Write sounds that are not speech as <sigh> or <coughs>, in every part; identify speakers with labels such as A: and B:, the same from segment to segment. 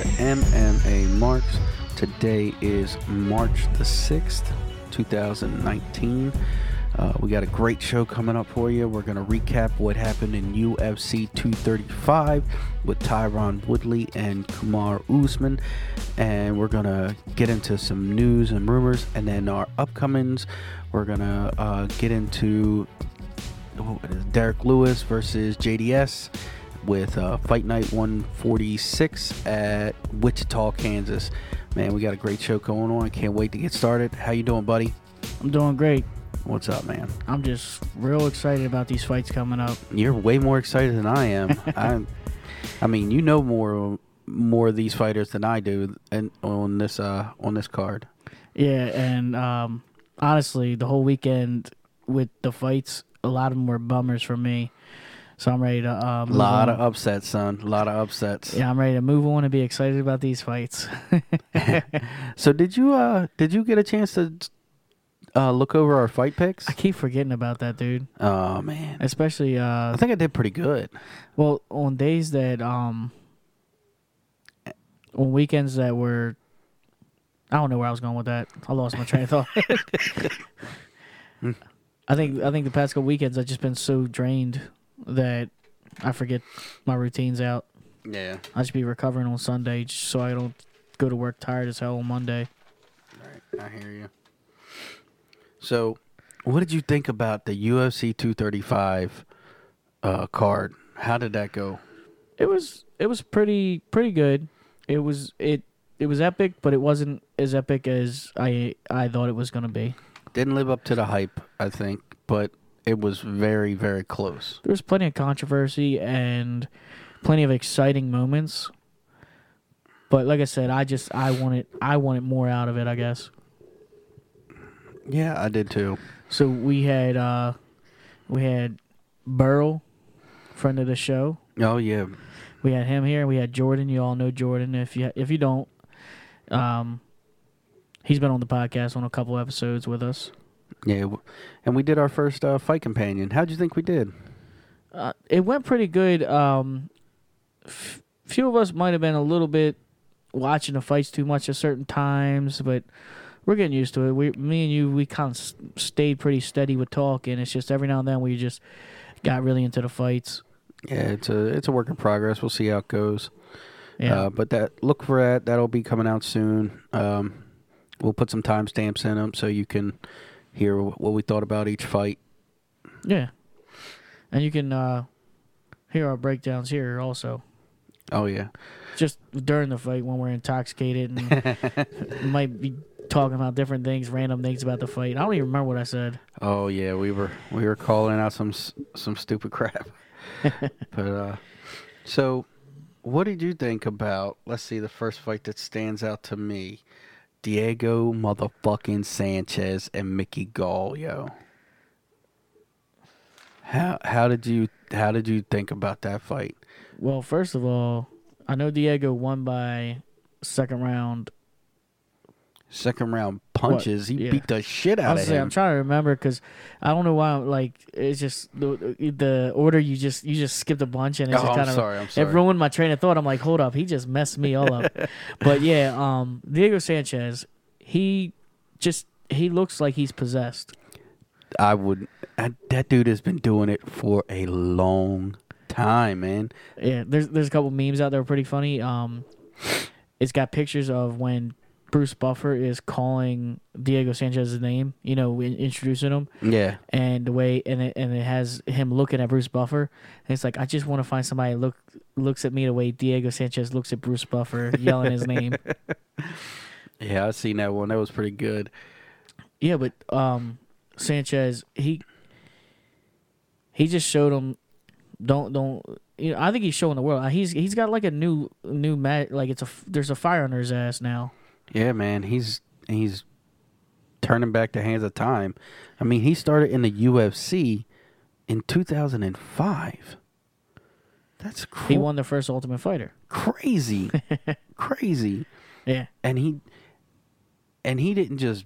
A: MMA Marks. Today is March the 6th, 2019. Uh, we got a great show coming up for you. We're going to recap what happened in UFC 235 with Tyron Woodley and Kumar Usman. And we're going to get into some news and rumors. And then our upcomings, we're going to uh, get into oh, it is Derek Lewis versus JDS with uh, Fight Night 146 at Wichita, Kansas. Man, we got a great show going on. I can't wait to get started. How you doing, buddy?
B: I'm doing great.
A: What's up, man?
B: I'm just real excited about these fights coming up.
A: You're way more excited than I
B: <laughs>
A: am. I, I mean, you know more more of these fighters than I do, and on this uh on this card.
B: Yeah, and um, honestly, the whole weekend with the fights, a lot of them were bummers for me. So I'm ready to um,
A: A lot of upsets, son. A lot of upsets.
B: yeah, I'm ready to move on and be excited about these fights.
A: So did you uh did you get a chance to uh, look over our fight picks?
B: I keep forgetting about that, dude.
A: Oh man,
B: Especially
A: I
B: uh,
A: think I did pretty good.
B: well on days that um, on weekends that were, I don't know where I was going with that. I lost my train of thought. <laughs> I think I think the past couple weekends I've just been so drained that I forget my routines out.
A: Yeah.
B: I should be recovering on Sunday just so I don't go to work tired as hell on Monday.
A: Right, I hear you. So, what did you think about the UFC 235 uh, card? How did that go?
B: It was it was pretty pretty good. It was it it was epic, but it wasn't as epic as I I thought it was gonna be.
A: Didn't live up to the hype, I think, but it was very, very close.
B: There was plenty of controversy and plenty of exciting moments. But like I said, I just I wanted I wanted more out of it, I guess.
A: Yeah, I did too.
B: So we had uh we had Burl, friend of the show.
A: Oh yeah,
B: We had him here. We had Jordan. You all know Jordan. If you if you don't, um, he's been on the podcast on a couple episodes with us.
A: yeah, w- and we did our first uh, fight companion. How'd you think we did?
B: Uh, it went pretty good. Um, f- few of us might have been a little bit watching the fights too much at certain times, but we're getting used to it. We, me and you, we kind of s- stayed pretty steady with talk, and it's just every now and then we just got really into the fights.
A: Yeah, it's a it's a work in progress. We'll see how it goes.
B: Yeah.
A: Uh, but that look for that. That'll be coming out soon. Um, we'll put some timestamps in them so you can hear wh- what we thought about each fight.
B: Yeah. And you can uh, hear our breakdowns here also.
A: Oh yeah,
B: Just during the fight when we're intoxicated and might be talking about different things, random things about the fight. I don't even remember what I said.
A: oh yeah. We were we were calling out some s- some stupid <laughs> crap. but uh, so, what did you think about? Let's see the first fight that stands out to me: Diego motherfucking Sanchez and Mickey Gall. Yo, how how did you how did you think about that fight?
B: Well, first of all, I know Diego won by second round.
A: second round punches. He
B: Yeah.
A: beat the shit
B: I
A: out
B: was
A: of
B: saying,
A: him.
B: I'm trying to remember because I don't know why. I'm, like it's just the the order you just you just skipped a bunch and it's
A: oh,
B: just kind
A: I'm
B: of
A: sorry. I'm sorry.
B: It ruined my train of thought. I'm like, hold up, he just messed me
A: <laughs>
B: all up. but yeah, um, Diego Sanchez, he just he looks like he's possessed.
A: I would. I, that dude has been doing it for a long time, man.
B: Yeah, there's there's a couple memes out there pretty funny. Um, it's got pictures of when Bruce Buffer is calling Diego Sanchez's name, you know, in- introducing him,
A: Yeah.
B: and the way and it, and it has him looking at Bruce Buffer. And it's like I just want to find somebody that look looks at me the way Diego Sanchez looks at Bruce Buffer, yelling his name.
A: Yeah, I seen that one. That was pretty good.
B: Yeah, but um, Sanchez he he just showed him don't don't you know I think he's showing the world Uh, he's he's got like a new new mat like it's a f- there's a fire under his ass now.
A: Yeah, man. He's he's turning back the hands of time. I mean, he started in the UFC in 2005. That's cr-
B: He won the first Ultimate Fighter. <laughs>
A: crazy, crazy.
B: Yeah,
A: and he and he didn't just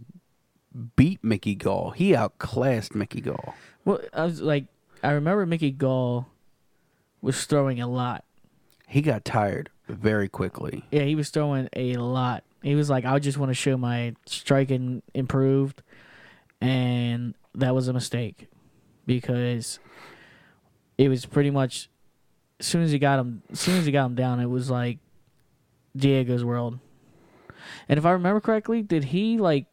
A: beat Mickey Gall. He outclassed Mickey Gall.
B: well I was like I remember Mickey Gall was throwing a lot.
A: He got tired very quickly.
B: Yeah, he was throwing a lot. He was like, I just want to show my striking improved. And that was a mistake because it was pretty much as soon as he got him as soon as he got him down, it was like Diego's world. And if I remember correctly, did he like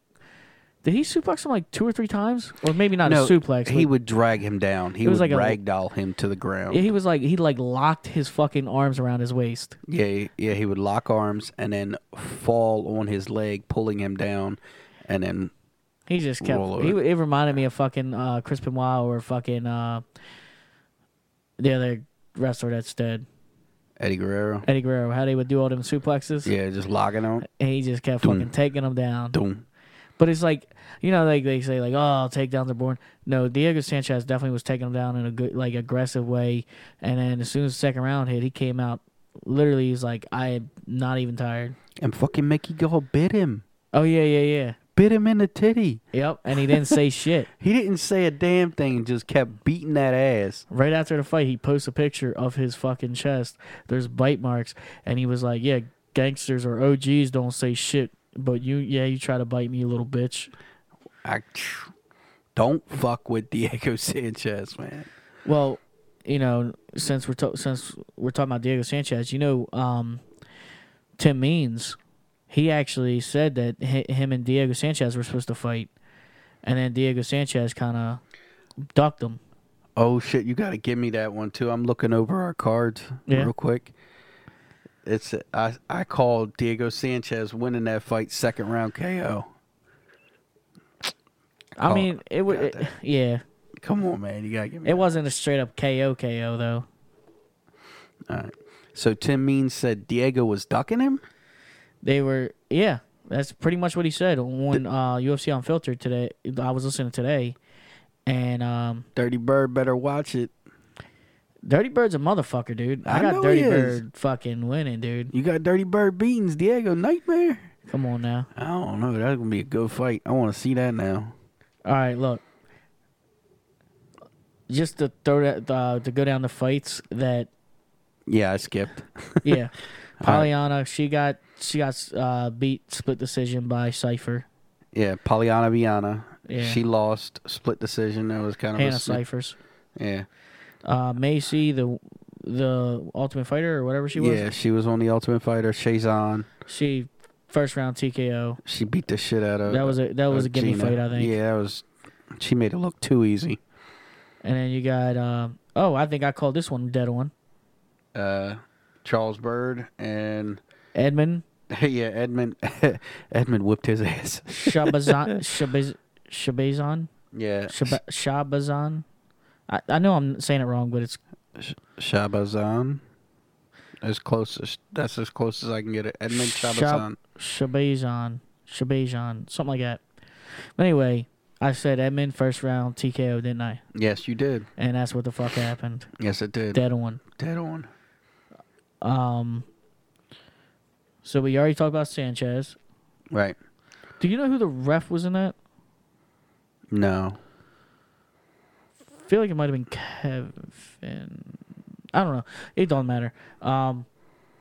B: did he suplex him like two or three times? Or maybe not a suplex.
A: He
B: but-
A: would drag him down. He
B: It
A: would
B: was like a-
A: ragdoll him to the ground.
B: yeah, he was like he like locked his fucking arms around his waist.
A: Yeah, he- yeah, he would lock arms and then fall on his leg, pulling him down, and then
B: He just kept.
A: Roll over.
B: He, it reminded me of fucking uh, Chris Benoit or fucking uh, the other wrestler that's dead,
A: Eddie Guerrero.
B: Eddie Guerrero. How they would do all them suplexes.
A: Yeah, just locking him.
B: And he just kept
A: Doom.
B: fucking taking them down.
A: Doom.
B: But it's like you know, like they say, like oh, takedowns are born. No, Diego Sanchez definitely was taking them down in a good, like aggressive way. And then as soon as the second round hit, he came out. Literally, he's like, I'm not even tired.
A: And fucking Mickey Gall bit him.
B: Oh yeah, yeah, yeah.
A: Bit him in the titty.
B: Yep. And he didn't say <laughs> shit.
A: He didn't say a damn thing, just kept beating that ass.
B: Right after the fight, he posts a picture of his fucking chest. There's bite marks, and he was like, "Yeah, gangsters or OGs don't say shit, but you, yeah, you try to bite me, you little bitch."
A: I don't fuck with Diego <laughs> Sanchez, man.
B: Well, you know, since we're ta- since we're talking about Diego Sanchez, you know, um, Tim Means, he actually said that hi him and Diego Sanchez were supposed to fight, and then Diego Sanchez kind of ducked him.
A: Oh shit, you gotta give me that one too. I'm looking over our cards
B: Yeah.
A: real quick. It's I I called Diego Sanchez winning that fight second round KO.
B: I
A: Oh,
B: mean, it would,
A: goddamn.
B: yeah,
A: Come on, man, you gotta give me.
B: it wasn't a straight up KO KO though.
A: All right. So Tim Means said Diego was ducking him.
B: They were, yeah. That's pretty much what he said on uh, UFC Unfiltered today. I was listening today, and um,
A: Dirty Bird better watch it.
B: Dirty Bird's a motherfucker, dude. I,
A: I
B: got
A: know
B: Dirty
A: he is.
B: Bird fucking winning, dude.
A: You got Dirty Bird beatings, Diego Nightmare.
B: Come on now.
A: I don't know. That's gonna be a good fight. I want to see that now.
B: All right, look. Just to throw that uh, to go down the fights
A: <laughs>
B: that
A: Yeah, I skipped.
B: yeah,
A: All right.
B: Pollyanna she got she got uh, beat split decision by Cipher.
A: Yeah, Pollyanna Viana.
B: Yeah,
A: She lost split decision. That was kind of a
B: Hannah
A: sn-
B: Ciphers.
A: yeah.
B: Uh, Macy the the Ultimate Fighter or whatever she was.
A: Yeah, she was on the Ultimate Fighter. Shazan.
B: She first round TKO.
A: She beat the shit out of.
B: That was a that was
A: of
B: a gimme
A: Gina.
B: fight, I think.
A: Uh, Yeah, that was. She made it look too easy.
B: And then you got um, oh, I think I called this one dead one.
A: Uh, Charles Bird and <laughs>
B: Edmund
A: yeah, Edmund. <laughs> Edmund whipped his ass.
B: Shabazan Shabaz Shabazan
A: Yeah,
B: Shab- Shabazan. I, I know I'm saying it wrong, but it's
A: Shabazan. As close as that's as close as I can get it. Edmund
B: Shab-
A: Shabazan.
B: Shabazan Shabazan something like that. But anyway, I said Edmund first round TKO, didn't I?
A: Yes, you did.
B: And that's what the fuck happened.
A: Yes, it did.
B: Dead one.
A: Dead on.
B: Um. So we already talked about Sanchez.
A: Right.
B: Do you know who the ref was in that?
A: No.
B: feel like it might have been Kevin. I don't know. It don't matter. Um,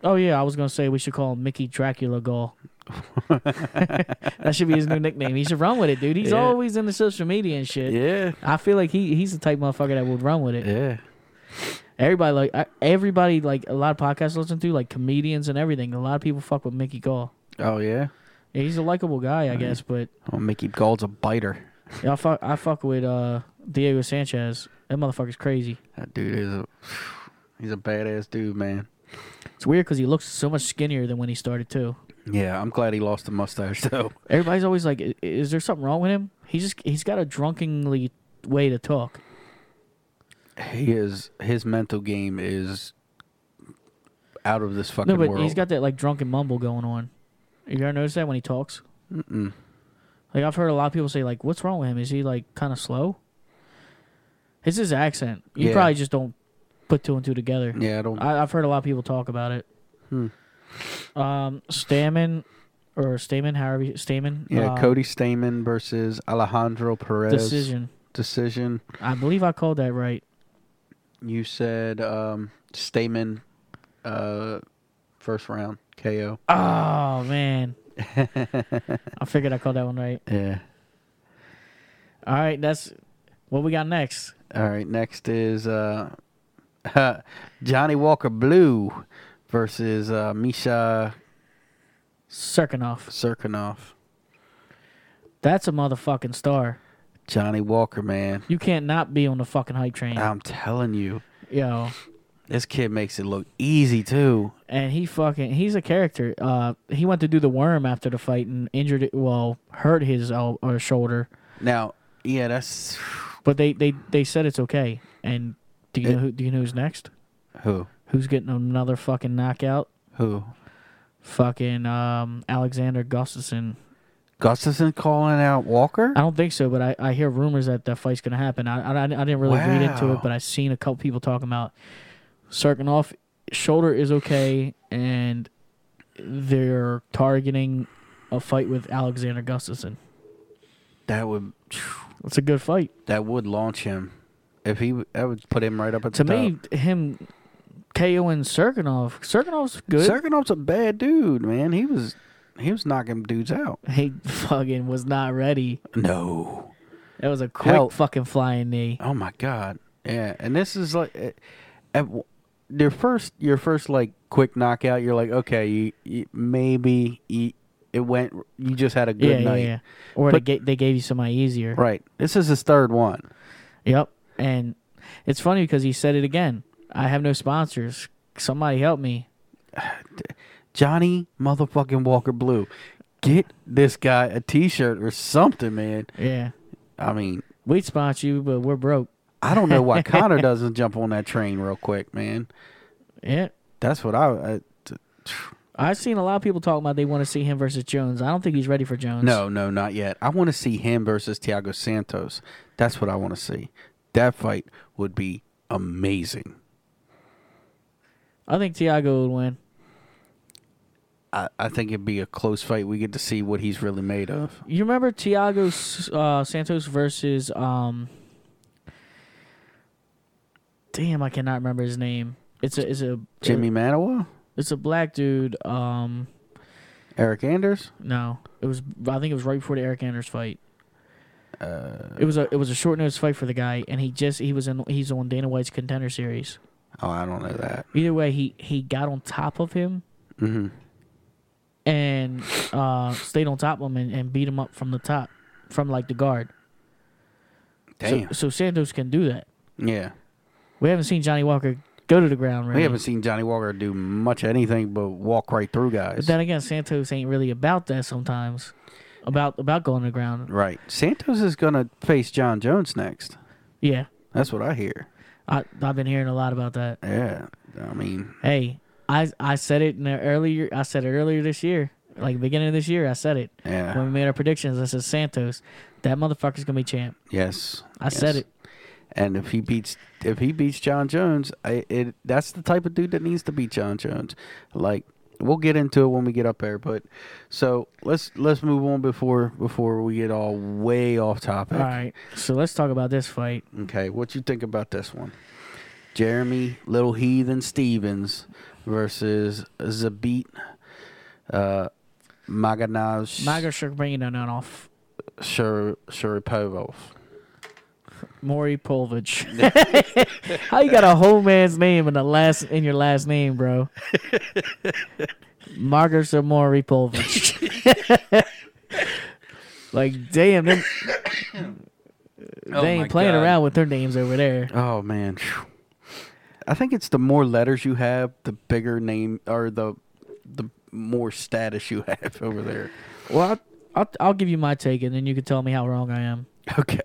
B: oh yeah, I was gonna say we should call him Mickey Dracula Gall. <laughs> that should be his new nickname. He should run with it, dude. He's
A: Yeah.
B: always in the social media and shit.
A: Yeah.
B: I feel like he he's the type motherfucker that would run with it.
A: Yeah.
B: Everybody like I- everybody like a lot of podcasts I listen to like comedians and everything. A lot of people fuck with Mickey Gall.
A: Oh yeah.
B: Yeah, he's a likable guy, I guess, but
A: Oh, Mickey Gall's a biter.
B: yeah, I fuck I fuck with uh, Diego Sanchez. That motherfucker's crazy.
A: That dude is a. He's a badass dude, man.
B: It's weird because he looks so much skinnier than when he started too.
A: Yeah, I'm glad he lost the mustache <laughs> though.
B: Everybody's always like, "I- "Is there something wrong with him?" He's just he's got a drunkenly way to talk.
A: He is. His mental game is out of this fucking
B: No, but
A: world.
B: he's got that like drunken mumble going on. You ever notice that when he talks?
A: Mm-mm.
B: Like I've heard a lot of people say, "Like, what's wrong with him? Is he like kind of slow?" It's his accent. You
A: Yeah.
B: probably just don't put two and two together.
A: Yeah, I don't.
B: I, I've heard a lot of people talk about it.
A: Hmm.
B: Um, Stamen or Stamen, however you Stamen.
A: yeah,
B: uh,
A: Cody Stamen versus Alejandro Perez
B: decision.
A: Decision.
B: I believe I called that right.
A: You said um, Stamen uh, first round KO.
B: Oh man, I figured I called that one right.
A: Yeah.
B: All right, that's what we got next.
A: All right. Next is uh, <laughs> Johnny Walker Blue versus uh, Misha
B: Serkinov.
A: Serkinov.
B: That's a motherfucking star.
A: Johnny Walker, man.
B: You can't not be on the fucking hype train.
A: I'm telling you,
B: Yo.
A: this kid makes it look easy too.
B: And he fucking he's a character. Uh he went to do the worm after the fight and injured it well, hurt his el- or shoulder.
A: Now, yeah, that's
B: But they they they said it's okay. And do you know who do you know who's next?
A: who
B: Who's getting another fucking knockout?
A: who
B: Fucking um Alexander Gustafson.
A: Gustafson calling out Walker.
B: I don't think so, but I, I hear rumors that that fight's gonna happen. I I, I didn't really read into
A: Wow.
B: it, but I seen a couple people talking about Serkinov shoulder is okay, and they're targeting a fight with Alexander Gustafson.
A: That would
B: It's a good fight
A: that would launch him. If he, that would put him right up at
B: to
A: the top.
B: me. Him KOing Serkinov. Serkinov's good.
A: Serkinov's a bad dude, man. He was he was knocking dudes out.
B: he fucking was not ready.
A: No.
B: That was a quick
A: Hell.
B: fucking flying knee.
A: Oh my god. Yeah, and this is like eh, at w- their first your first like quick knockout. You're like, okay, you, you, maybe you, it went. You just had a
B: Yeah,
A: good
B: yeah,
A: night,
B: yeah. Or
A: But-
B: they, ga- they gave you somebody easier.
A: right? This is his third one.
B: Yep. And it's funny because he said it again. I have no sponsors. Somebody help me.
A: Johnny motherfucking Walker Blue, get this guy a T-shirt or something, man.
B: Yeah.
A: I mean,
B: We'd sponsor you, but we're broke.
A: I don't know why
B: <laughs>
A: Connor doesn't jump on that train real quick, man.
B: Yeah.
A: That's what I. I t-
B: I've seen a lot of people talking about they want to see him versus Jones. I don't think he's ready for Jones.
A: No, no, not yet. I want to see him versus Thiago Santos. That's what I want to see. That fight would be amazing.
B: I think Tiago would win.
A: I, I think it'd be a close fight. We get to see what he's really made of.
B: You remember Tiago uh, Santos versus. um. Damn, I cannot remember his name. It's a it's a
A: Jimmy Manawa,
B: It's a black dude. Um,
A: Eric Anders.
B: no, it was I think it was right before the Eric Anders fight.
A: Uh,
B: It was a it was a short notice fight for the guy, and he just he was in he's on Dana White's contender series.
A: oh, I don't know that.
B: Either way, he he got on top of him
A: hmm
B: and uh stayed on top of him and, and beat him up from the top, from like the guard. So-
A: Damn.
B: So, Santos can do that.
A: yeah.
B: We haven't seen Johnny Walker go to the ground really.
A: We haven't seen Johnny Walker do much of anything but walk right through guys.
B: But then again, Santos ain't really about that sometimes. About about going to the ground.
A: right. Santos is gonna face John Jones next.
B: Yeah.
A: That's what I hear.
B: I I've been hearing a lot about that.
A: Yeah. I mean,
B: Hey, I I said it in the earlier I said it earlier this year. Like beginning of this year, I said it.
A: yeah.
B: when we made our predictions, I said Santos, that motherfucker's gonna be champ.
A: Yes.
B: I said
A: yes.
B: it.
A: And if he beats if he beats John Jones, I, it that's the type of dude that needs to beat John Jones. Like we'll get into it when we get up there, but so let's let's move on before before we get all way off topic.
B: All right, so let's talk about this fight.
A: Okay, what you think about this one? Jeremy Little Heathen Stevens versus Zabit uh Maganaj
B: Maga Shurbanov,
A: Shur- Shuripovov.
B: Maury Polvich. <laughs> How you got a whole man's name in the last in your last name, bro? Margaret Maury Polvich. <laughs> like, damn, them, they ain't playing around with their names over there.
A: Oh man, I think it's the more letters you have, the bigger name or the the more status you have <laughs> over there.
B: Well, I'll, I'll, I'll give you my take, and then you can tell me how wrong I am.
A: Okay.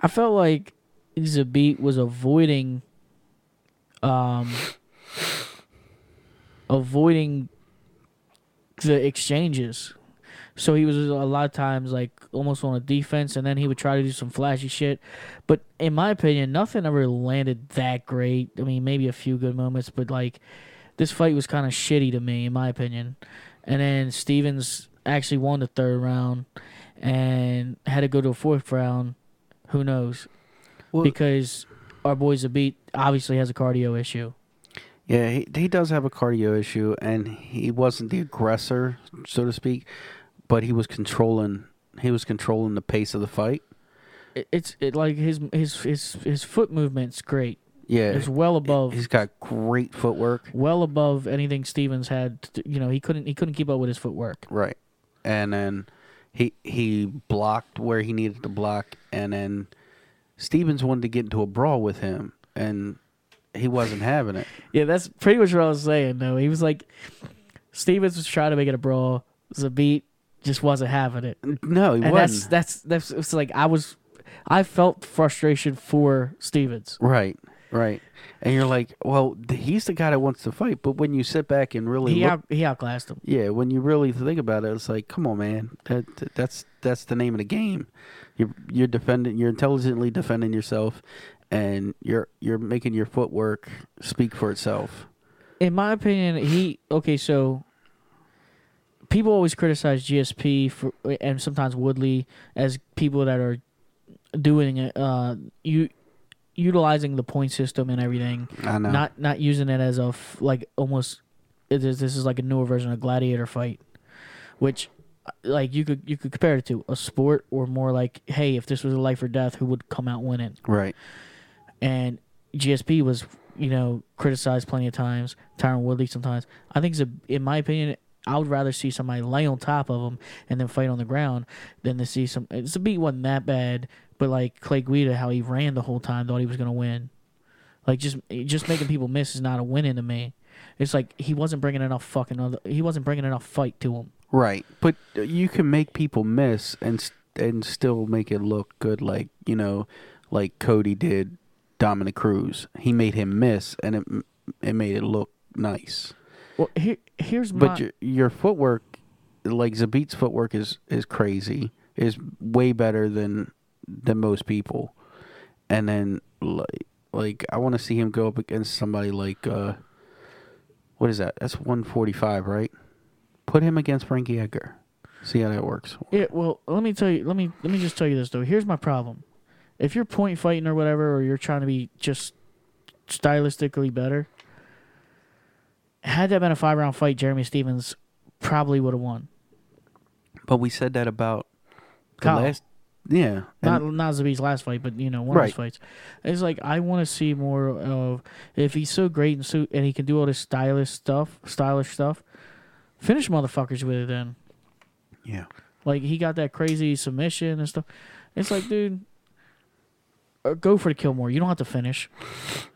B: I felt like Zabit was avoiding, um, avoiding the exchanges. So he was a lot of times like almost on a defense, and then he would try to do some flashy shit. But in my opinion, nothing ever landed that great. I mean, maybe a few good moments, but like this fight was kind of shitty to me, in my opinion. And then Stevens actually won the third round and had to go to a fourth round. Who knows?
A: Well-
B: because our boy Zabit obviously has a cardio issue.
A: Yeah, he, he does have a cardio issue, and he wasn't the aggressor, so to speak, but he was controlling. He was controlling the pace of the fight.
B: It, it's it like his his his his foot movement's great.
A: Yeah,
B: It's well above
A: he's got great footwork.
B: well above anything Stevens had. to- you know, he couldn't he couldn't keep up with his footwork.
A: Right, and then he he blocked where he needed to block, and then Stevens wanted to get into a brawl with him, and he wasn't having it.
B: Yeah, that's pretty much what I was saying. Though he was like, Stevens was trying to make it a brawl. Zabit just wasn't having it,
A: No, he
B: and that's
A: wasn't.
B: that's that's it's like I was, I felt frustration for Stevens.
A: Right, right. And you're like, well, th- he's the guy that wants to fight, but when you sit back and really
B: He
A: look
B: out, he outclassed him.
A: Yeah, when you really think about it, it's like, come on, man. That, that- that's that's the name of the game. You're you're defending. You're intelligently defending yourself, and you're you're making your footwork speak for itself.
B: In my opinion, he okay. So people always criticize GSP for and sometimes Woodley as people that are doing it, uh you utilizing the point system and everything
A: I know.
B: not not using it as a f- like almost it is, this is like a newer version of gladiator fight which uh, like you could you could compare it to a sport or more like hey if this was a life or death who would come out winning
A: right.
B: and gsp was you know criticized plenty of times tyron woodley sometimes i think it's a, in my opinion i would rather see somebody lay on top of him and then fight on the ground than to see some it's a beat wasn't that bad but like clay guida how he ran the whole time thought he was going to win like just just making people miss is not a winning to me. It's like he wasn't bringing enough fucking other, he wasn't bringing enough fight to him.
A: Right. But you can make people miss and s- and still make it look good, like you know, like Cody did Dominic Cruz. He made him miss, and it it made it look nice.
B: Well, here here's my
A: But your your footwork, like Zabit's footwork, is is crazy. Is way better than than most people. And then like like I want to see him go up against somebody like uh, what is that? That's one forty five, right? Put him against Frankie Edgar. See how that works.
B: yeah, well, let me tell you, let me let me just tell you this though. Here's my problem. If you're point fighting or whatever or you're trying to be just stylistically better, had that been a 5-round fight, Jeremy Stevens probably would have won.
A: But we said that about the
B: Kyle.
A: last. Yeah,
B: not
A: and-
B: not Zabby's last fight, but you know one of his fights. It's like I want to see more of if he's so great and so and he can do all this stylish stuff, stylish stuff. Finish motherfuckers with it then.
A: yeah.
B: Like he got that crazy submission and stuff. It's like, <laughs> dude, uh, go for the kill more. You don't have to finish. I-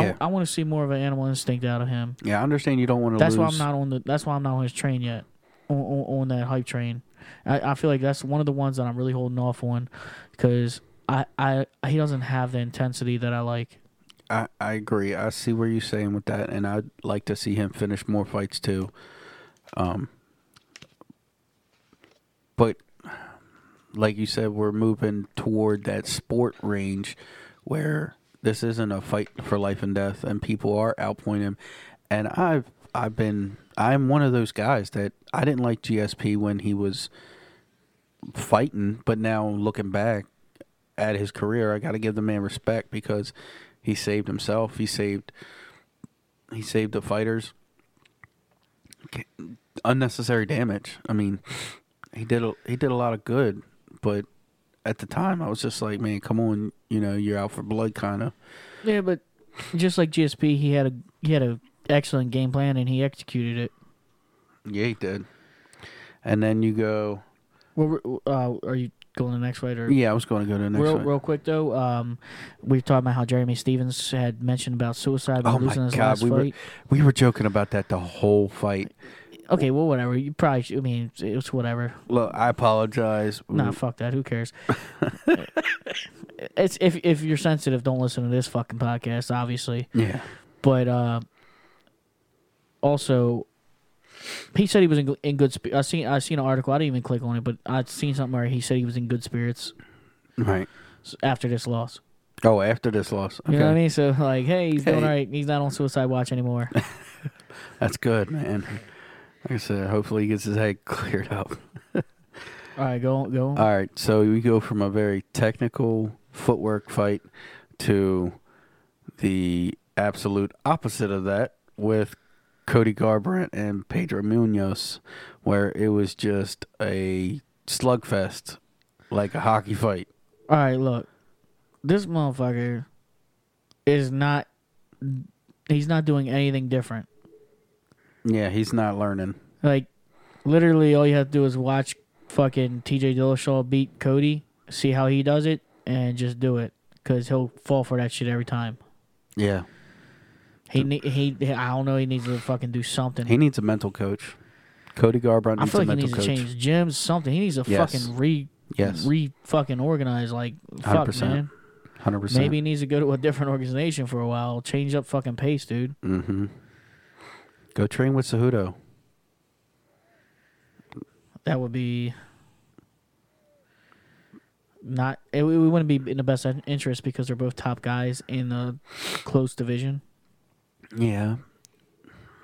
A: Yeah,
B: I, want to see more of an animal instinct out of him.
A: yeah. I understand you don't want to.
B: That's
A: lose.
B: why I'm not on the. That's why I'm not on his train yet. On, on, on that hype train, I, I feel like that's one of the ones that I'm really holding off on, because I, I he doesn't have the intensity that I like.
A: I, I agree. I see where you're saying with that, and I'd like to see him finish more fights too. Um, but like you said, we're moving toward that sport range where this isn't a fight for life and death, and people are outpointing him. And I've I've been I'm one of those guys that I didn't like GSP when he was fighting, but now looking back at his career, I got to give the man respect because he saved himself. He saved he saved the fighters K- unnecessary damage. I mean, he did a, he did a lot of good, but at the time I was just like, man, come on, you know, you're out for blood kind of.
B: Yeah, but just like GSP, he had a he had a excellent game plan and he executed it.
A: Yeah, he did. And then you go,
B: Well, we're- uh, are you going to the next fight or?
A: yeah, I was going to go to the next
B: real,
A: one.
B: real quick though, um, we've talked about how Jeremy Stevens had mentioned about suicide by
A: Oh
B: losing
A: my
B: his
A: god,
B: last
A: we
B: fight.
A: were we were joking about that the whole fight.
B: Okay, well, whatever. You probably, should, I mean, it's whatever.
A: Look, I apologize.
B: Nah, fuck that.
A: <laughs>
B: Who cares? it's if if you're sensitive, don't listen to this fucking podcast, obviously.
A: Yeah.
B: But uh, also, he said he was in, gl- in good. Sp- I seen I seen an article. I didn't even click on it, but I'd seen something where he said he was in good spirits
A: Right.
B: s- after this loss.
A: Oh, after this loss.
B: You
A: Okay.
B: know what I mean? So like, hey, he's doing
A: Hey.
B: all right. He's not on suicide watch anymore.
A: That's good, man. Like I said, hopefully he gets his head <laughs> cleared up.
B: all right, go go.
A: All right, so we go from a very technical footwork fight to the absolute opposite of that, with Cody Garbrandt and Pedro Munoz, where it was just a slugfest, like a hockey fight.
B: All right, look, this motherfucker is not. He's not doing anything different.
A: Yeah, he's not learning.
B: Like, literally, all you have to do is watch fucking T.J. Dillashaw beat Cody, see how he does it, and just do it, cause he'll fall for that shit every time.
A: Yeah,
B: He ne- he. I don't know. He needs to fucking do something.
A: he needs a mental coach. Cody Garbrandt
B: I
A: needs
B: feel
A: a
B: like he
A: mental coach.
B: needs to change gyms, something. He needs to
A: Yes.
B: fucking re
A: Yes,
B: re fucking organize. Like fuck,
A: 100%.
B: man.
A: hundred percent.
B: Maybe he needs to go to a different organization for a while. Change up fucking pace, dude.
A: Mm-hmm. Go train with Cejudo.
B: That would be not. It, we wouldn't be in the best interest because they're both top guys in the close division.
A: Yeah,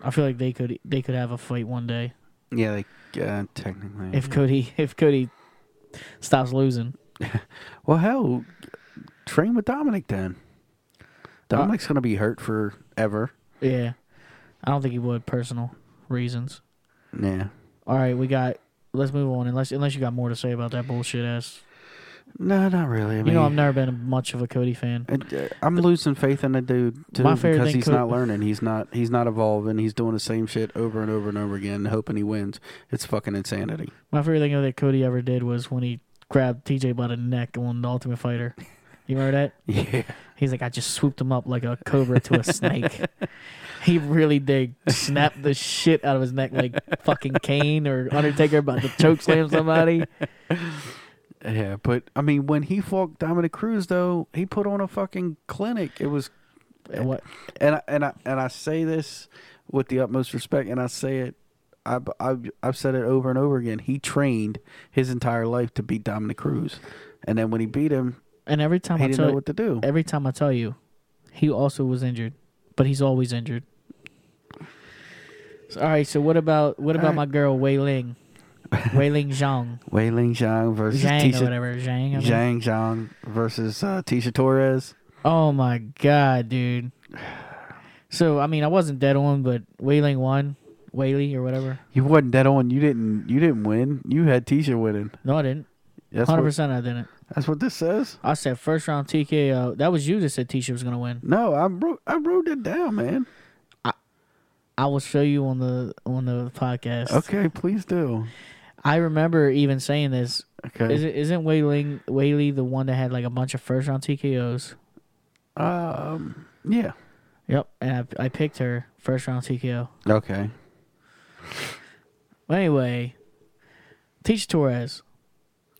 B: I feel like they could they could have a fight one day
A: yeah. Like uh, technically,
B: if Cody <laughs> if Cody stops losing.
A: well, hell, train with Dominic then. Dominic's gonna be hurt forever.
B: Yeah, I don't think he would personal reasons.
A: Yeah.
B: All right, we got. Let's move on. Unless unless you got more to say about that bullshit ass.
A: No, not really. I mean,
B: You know, I've never been much of a Cody fan.
A: And, uh, I'm losing faith in the dude too
B: My
A: because
B: favorite thing
A: he's
B: could-
A: not learning. He's not he's not evolving. He's doing the same shit over and over and over again, hoping he wins. It's fucking insanity.
B: My favorite thing that Cody ever did was when he grabbed TJ by the neck on the Ultimate Fighter. You remember that?
A: <laughs> Yeah,
B: He's like, I just swooped him up like a cobra to
A: <laughs>
B: a snake. he really did snap the shit out of his neck like fucking Kane or Undertaker about to choke slam somebody.
A: yeah. But I mean, when he fought Dominic Cruz, though, he put on a fucking clinic. It was,
B: And What?
A: and I, and I and I say this with the utmost respect, and I say it. I've, I've, I've said it over and over again. He trained his entire life to beat Dominic Cruz, and then when he beat him,
B: And every time
A: he
B: I
A: didn't
B: tell
A: know what to do.
B: every time I tell you, he also was injured, but he's always injured. So, all right. So what about what about
A: All right.
B: my girl Wei Ling, Wei
A: <laughs>
B: Ling Zhang,
A: Wei Ling Zhang versus
B: Zhang or
A: Tisha
B: whatever Zhang? I mean.
A: Zhang Zhang versus uh, Tisha Torres.
B: Oh my god, dude. So I mean, I wasn't dead on, but Wei Ling won, Whaley or whatever.
A: You wasn't dead on. You didn't. You didn't win. You had Tisha winning.
B: No, I didn't.
A: That's
B: Hundred
A: what.
B: percent, I didn't.
A: That's what this says.
B: I said first round TKO. That was you that said Tisha was gonna win.
A: No, I wrote. I wrote it down, man.
B: I will show you on the on the podcast.
A: Okay, please do.
B: I remember even saying this.
A: Okay.
B: Is it, isn't Wei Ling Whaley the one that had like a bunch of first round TKOs?
A: um. Yeah.
B: Yep. And I, I picked her first round TKO.
A: Okay.
B: But anyway, Tisha Torres.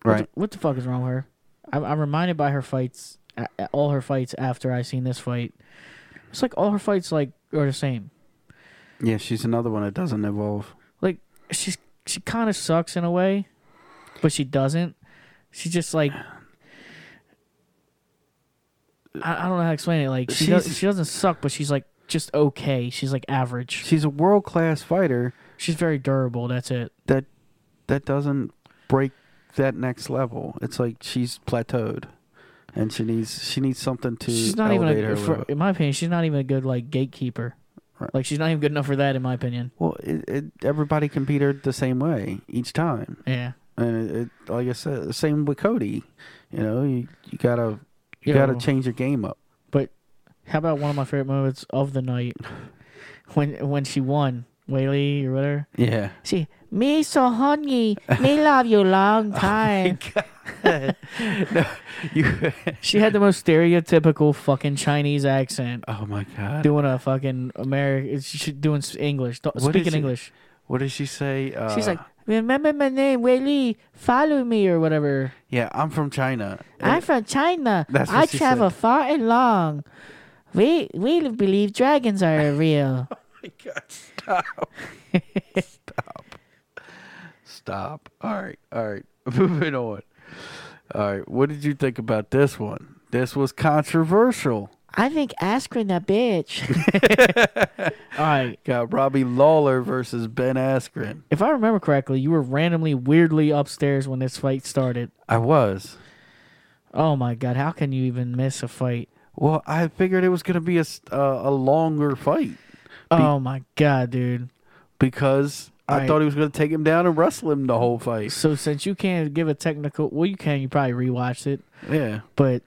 B: What
A: Right.
B: the- what the fuck is wrong with her? I'm, I'm reminded by her fights, a- a- all her fights after I seen this fight. It's like all her fights like are the same.
A: Yeah, she's another one that doesn't evolve.
B: Like she's she kind of sucks in a way, but she doesn't. She's just like. I, I don't know how to explain it. Like she does,
A: She's-
B: she doesn't suck, but she's like just okay. She's like average.
A: She's a world class fighter
B: She's very durable. That's it.
A: that that doesn't break that next level. It's like she's plateaued, and she needs she needs something to
B: she's not even
A: elevate
B: a,
A: her.
B: for,
A: level.
B: in my opinion she's not even a good like gatekeeper
A: Right.
B: like she's not even good enough for that in my opinion
A: Well, it, it, everybody can beat her the same way each time,
B: yeah
A: and it, it, like I said, the same with Cody. You know, you, you gotta you
B: Yo.
A: gotta change your game up.
B: how about one of my favorite moments of the night when when she won Whaley or whatever
A: <laughs> Yeah,
B: she me so honey
A: <laughs>
B: me love you long
A: Oh
B: time
A: you. <laughs>
B: she had the most stereotypical fucking Chinese accent
A: oh my God!
B: doing a fucking American she doing s- English th-
A: What is
B: speaking
A: it?
B: English
A: what did she say? Uh,
B: she's like remember my name Whaley follow me or whatever
A: "Yeah, I'm from China."
B: I'm from China.
A: That's what
B: I
A: she
B: travel
A: said.
B: far and long. We we believe dragons are real.
A: my God! Stop! <laughs> stop! Stop! All right, all right. <laughs> Moving on. All right. What did you think about this one? This was controversial.
B: I think aspirin a bitch. All right.
A: Got Robbie Lawler versus Ben Askren.
B: If I remember correctly, you were randomly weirdly upstairs when this fight started.
A: I was.
B: Oh my god, how can you even miss a fight?
A: Well, I figured it was going to be a, s- uh, a longer fight.
B: oh my god, dude.
A: because I
B: Right.
A: thought he was going to take him down and wrestle him the whole fight.
B: So since you can't give a technical, well, you can. You probably rewatched it,
A: Yeah.
B: but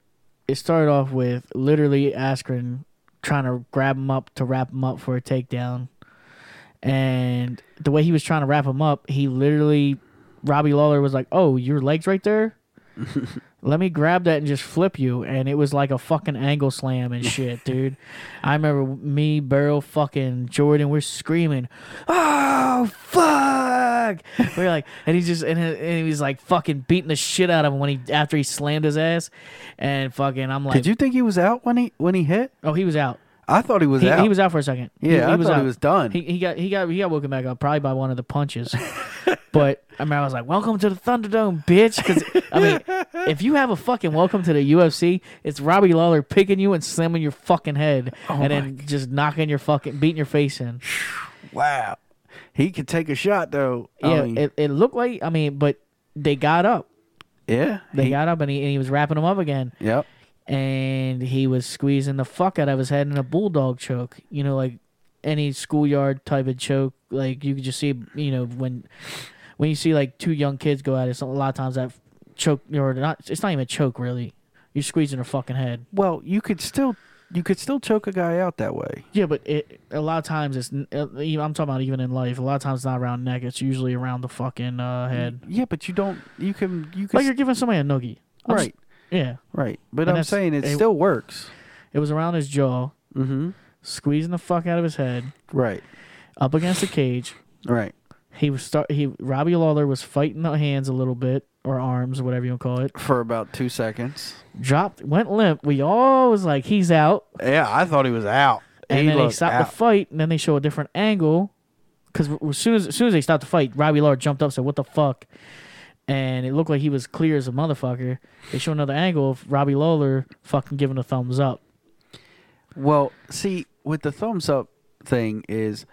B: it started off with literally Askren trying to grab him up to wrap him up for a takedown, and the way he was trying to wrap him up, he literally Robbie Lawler was like, "Oh, your legs
A: <laughs>
B: right there." Let me grab that and just flip you, and it was like a fucking angle slam and
A: <laughs>
B: shit, dude. I remember me, Burrow, fucking Jordan, we're screaming, <laughs> "Oh fuck!" We were like, and he just and, he- and he was like fucking beating the shit out of him when he after he slammed his ass, and fucking I'm like,
A: Did you think he was out when he when he hit?
B: oh, he was out.
A: I thought he was
B: He,
A: out.
B: he was out for a second.
A: yeah,
B: he,
A: I thought he was done.
B: He, he got he got he got woken back up probably by one of
A: <laughs>
B: the punches, but I mean I was like, "Welcome to the Thunderdome, bitch!" Because I
A: <laughs>
B: mean, if you have a fucking welcome to the UFC, it's Robbie Lawler picking you and slamming your fucking head,
A: Oh
B: and then just knocking your fucking beating your face in.
A: wow. He could take a shot though. I
B: Yeah,
A: mean,
B: it, it looked like I mean, but they got up.
A: yeah.
B: They
A: he-
B: got up and he, and he was wrapping him up again,
A: yep.
B: and he was squeezing the fuck out of his head in a bulldog choke. You know, like any schoolyard type of choke. Like you could just see, you know, when when you see like two young kids go at it, some, a lot of times that choke or not, it's not even a choke really. You're squeezing their fucking head.
A: Well, you could still you could still choke a guy out that way.
B: Yeah, but it a lot of times it's n- uh, even- I'm talking about even in life. A lot of times it's not around neck. It's usually around the fucking uh, head.
A: Yeah, but you don't. You can. You can.
B: Like you're giving somebody a noogie. I'm s-
A: right.
B: yeah.
A: Right. But
B: And
A: I'm
B: that's-
A: saying it
B: it-
A: still works.
B: It was around his jaw,
A: Mm-hmm.
B: squeezing the fuck out of his head,
A: Right.
B: up against the cage.
A: Right.
B: He was start. He Robbie Lawler was fighting the hands a little bit or arms, whatever you want to call it.
A: For about two seconds.
B: Dropped, went limp. We all was like, he's out.
A: Yeah, I thought he was out.
B: And
A: he
B: then they
A: looked
B: stopped
A: out.
B: the fight, and then they show a different angle. Because as soon as, as soon as they stopped the fight, Robbie Lawler jumped up, said, "What the fuck?" And it looked like he was clear as a motherfucker. They show another angle of Robbie Lawler fucking giving a thumbs up.
A: Well, see, with the thumbs up thing is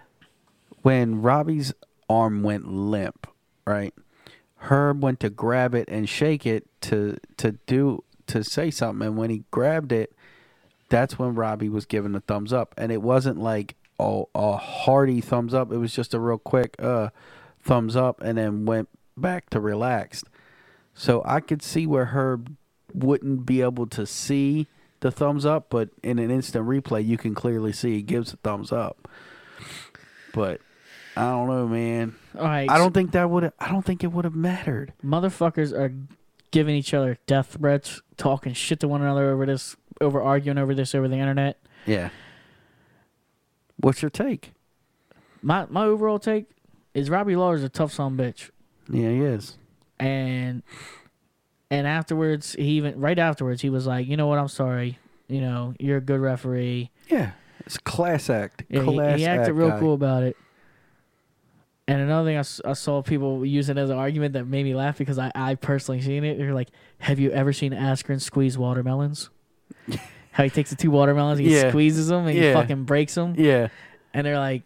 A: when Robbie's arm went limp, right? Herb went to grab it and shake it to to do to say something, and when he grabbed it, that's when Robbie was given the thumbs up, and it wasn't like a, a hearty thumbs up. It was just a real quick uh, thumbs up, and then went back to relaxed. So I could see where Herb wouldn't be able to see the thumbs up, but in an instant replay, you can clearly see he gives a thumbs up. But I don't know, man.
B: All right,
A: I don't think that would. I don't think it would have mattered.
B: motherfuckers are giving each other death threats, talking shit to one another over this, over arguing over this over the internet.
A: Yeah. What's your take?
B: My my overall take is Robbie Lawler's a tough son of a bitch,
A: Yeah, he is.
B: and and afterwards he even right afterwards he was like, you know what, I'm sorry, you know you're a good referee.
A: Yeah, it's a class act.
B: Yeah, he-
A: class
B: he,
A: act
B: acted real
A: guy.
B: cool about it. And another thing I, s- I saw people using as an argument that made me laugh because I, I personally seen it. They're like, "Have you ever seen Askren squeeze watermelons? <laughs> How he takes the two watermelons, he
A: Yeah.
B: squeezes them, and
A: Yeah.
B: he fucking breaks them."
A: Yeah,
B: And they're like,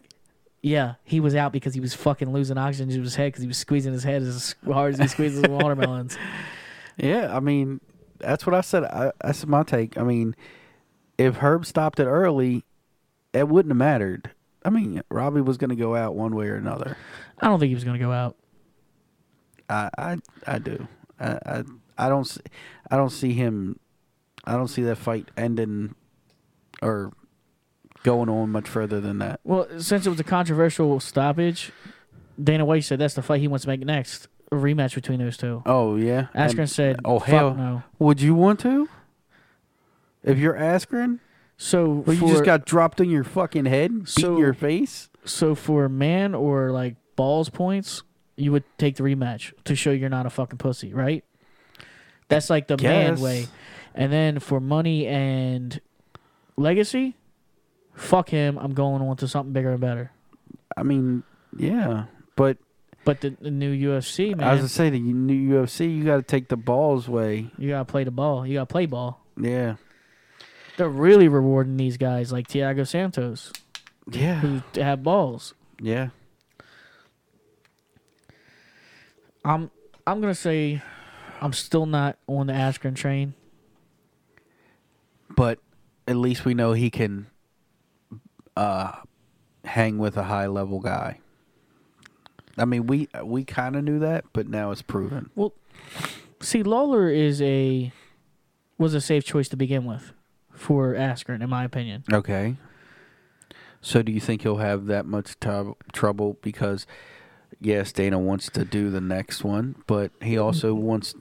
B: "Yeah, he was out because he was fucking losing oxygen to his head because he was squeezing his head as <laughs> hard as he squeezes watermelons."
A: yeah. I mean, that's what I said. I, that's my take. I mean, if Herb stopped it early, it wouldn't have mattered. I mean, Robbie was going to go out one way or another.
B: <laughs> I don't think he was gonna go out.
A: I, I, I do. I, I, I don't. s- I don't see him. I don't see that fight ending or going on much further than that.
B: Well, since it was a controversial stoppage, Dana White said that's the fight he wants to make next, a rematch between those two.
A: Oh yeah, And-
B: Askren said,
A: oh,
B: "Oh fuck
A: hell.
B: no."
A: Would you want to? If you're Askren,
B: So
A: well,
B: for,
A: you just got dropped in your fucking head, beat
B: So-
A: your face.
B: so for man or like balls points, you would take the rematch to show you're not a fucking pussy, right? That's like the man
A: Guess.
B: way. And then for money and legacy, fuck him. I'm going on to something bigger and better.
A: I mean, yeah, but
B: But the, the new UFC
A: I
B: man,
A: was gonna say the new UFC, you got to take the balls way.
B: you gotta play the ball. You gotta play ball.
A: Yeah,
B: They're really rewarding these guys like Thiago Santos
A: yeah,
B: who have balls.
A: yeah.
B: I'm I'm gonna say I'm still not on the Askren train.
A: But at least we know he can uh, hang with a high level guy. I mean, we we kind of knew that, but now it's proven.
B: Well, see, Lawler is a was a safe choice to begin with for Askren, in my opinion.
A: Okay. So do you think he'll have that much tub trouble because yes, Dana wants to do the next one, but he also wants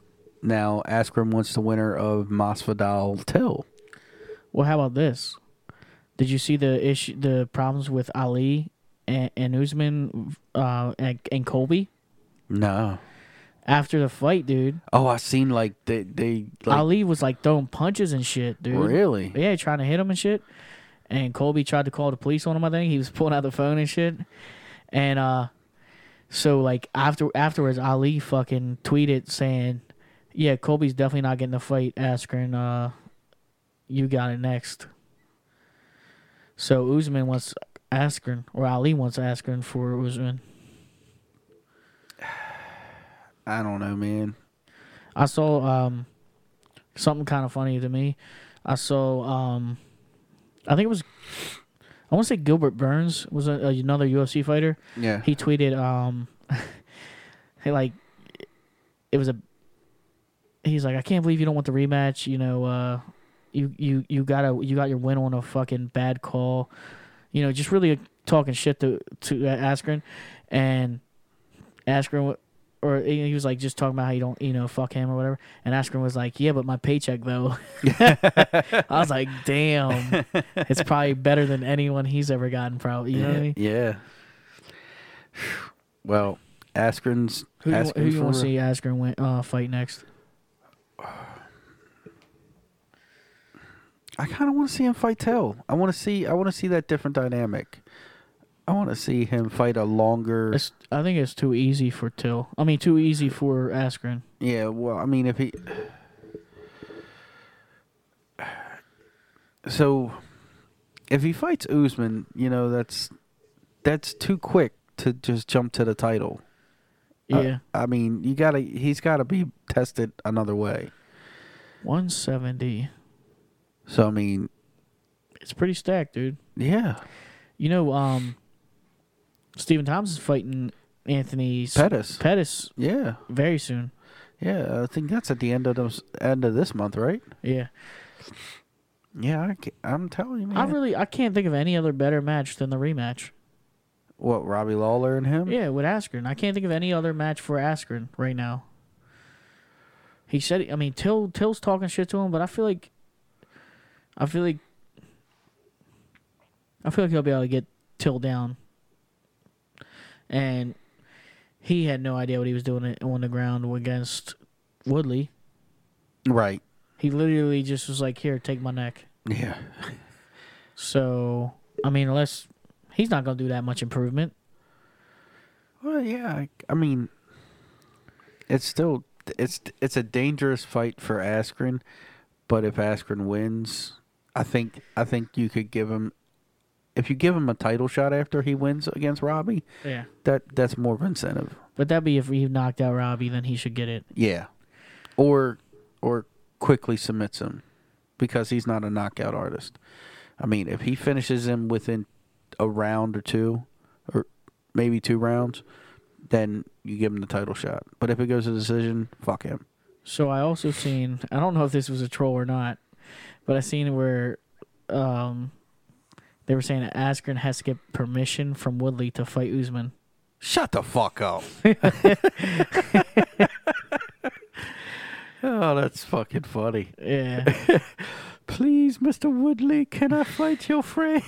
A: now Askren wants the winner of Masvidal Till.
B: Well, how about this? Did you see the issue, the problems with Ali and, and Usman uh, and, and Colby
A: No.
B: after the fight, dude?
A: Oh, I seen like they they like
B: Ali was like throwing punches and shit, dude.
A: really.
B: Yeah, trying to hit him and shit. And Colby tried to call the police on him. I think he was <laughs> pulling out the phone and shit. And uh, so like after afterwards, Ali fucking tweeted saying, "Yeah, Colby's definitely not getting the fight. Askren, uh, you got it next." So Usman wants Askren, or Ali wants Askren for Usman.
A: I don't know, man.
B: I saw um something kind of funny to me. I saw um I think it was I want to say Gilbert Burns was a, another UFC fighter.
A: Yeah.
B: He tweeted um <laughs> he like it was a he's like I can't believe you don't want the rematch, you know, uh you you you got to you got your win on a fucking bad call. You know, just really talking shit to to uh, Askren and Askren wa- or he he was like just talking about how you don't you know fuck him or whatever and Askren was like yeah but my paycheck though
A: <laughs>
B: <laughs> I was like damn it's probably better than anyone he's ever gotten probably you know what I mean
A: Yeah. Well, Askren's
B: Who you,
A: Askren
B: who you want to
A: for-
B: see Askren win, uh, fight next?
A: I kind of want to see him fight Till. I want to see. I want to see that different dynamic. I want to see him fight a longer.
B: It's, I think it's too easy for Till. I mean, too easy for Askren.
A: yeah. Well, I mean, if he. So, if he fights Usman, you know that's that's too quick to just jump to the title. Uh,
B: Yeah,
A: I mean, you gotta. He's gotta be tested another way.
B: one seventy.
A: So I mean,
B: It's pretty stacked, dude.
A: yeah,
B: You know, um, Stephen Thompson's fighting Anthony S-
A: Pettis.
B: Pettis
A: Yeah,
B: very soon.
A: yeah. I think that's at the end of the end of this month, right?
B: Yeah,
A: Yeah, I ca- I'm telling you, man.
B: I really I can't think of any other better match than the rematch.
A: What Robbie Lawler and him?
B: Yeah, with Askren, I can't think of any other match for Askren right now. He said, I mean, Till Till's talking shit to him, but I feel like, I feel like, I feel like he'll be able to get Till down. And he had no idea what he was doing on the ground against Woodley.
A: Right.
B: He literally just was like, "Here, take my neck."
A: Yeah.
B: So, I mean, unless he's not gonna do that much improvement.
A: Well, yeah. I, I mean, it's still it's it's a dangerous fight for Askren, but if Askren wins, I think I think you could give him if you give him a title shot after he wins against Robbie,
B: Yeah.
A: that that's more of incentive.
B: But that'd be if he knocked out Robbie, then he should get it.
A: Yeah. Or or quickly submits him because he's not a knockout artist. I mean, if he finishes him within a round or two or maybe two rounds, then you give him the title shot. But if it goes to decision, fuck him.
B: So I also seen I don't know if this was a troll or not, but I seen where um they were saying that Askren has to get permission from Woodley to fight Usman.
A: Shut the fuck <laughs> up. oh, that's fucking funny.
B: Yeah.
A: <laughs> Please, Mr. Woodley, can I fight your friend?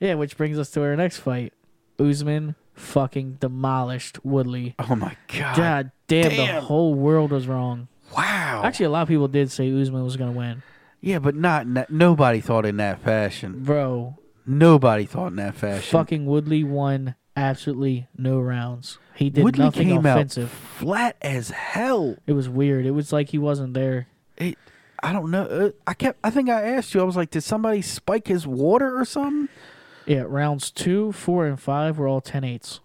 B: yeah, which brings us to our next fight. Usman fucking demolished Woodley.
A: Oh my god.
B: God damn, the
A: damn. Oh.
B: whole world was wrong.
A: Wow.
B: Actually, a lot of people did say Usman was going to win.
A: Yeah, but not in that. Nobody thought in that fashion.
B: Bro,
A: Nobody thought in that fashion.
B: fucking Woodley won absolutely no rounds. He did
A: Woodley
B: nothing
A: came
B: offensive.
A: out flat as hell.
B: It was weird. It was like he wasn't there.
A: It, I don't know. Uh, I kept. I think I asked you. I was like, did somebody spike his water or something?
B: Yeah, rounds two, four, and five were all 10 8s.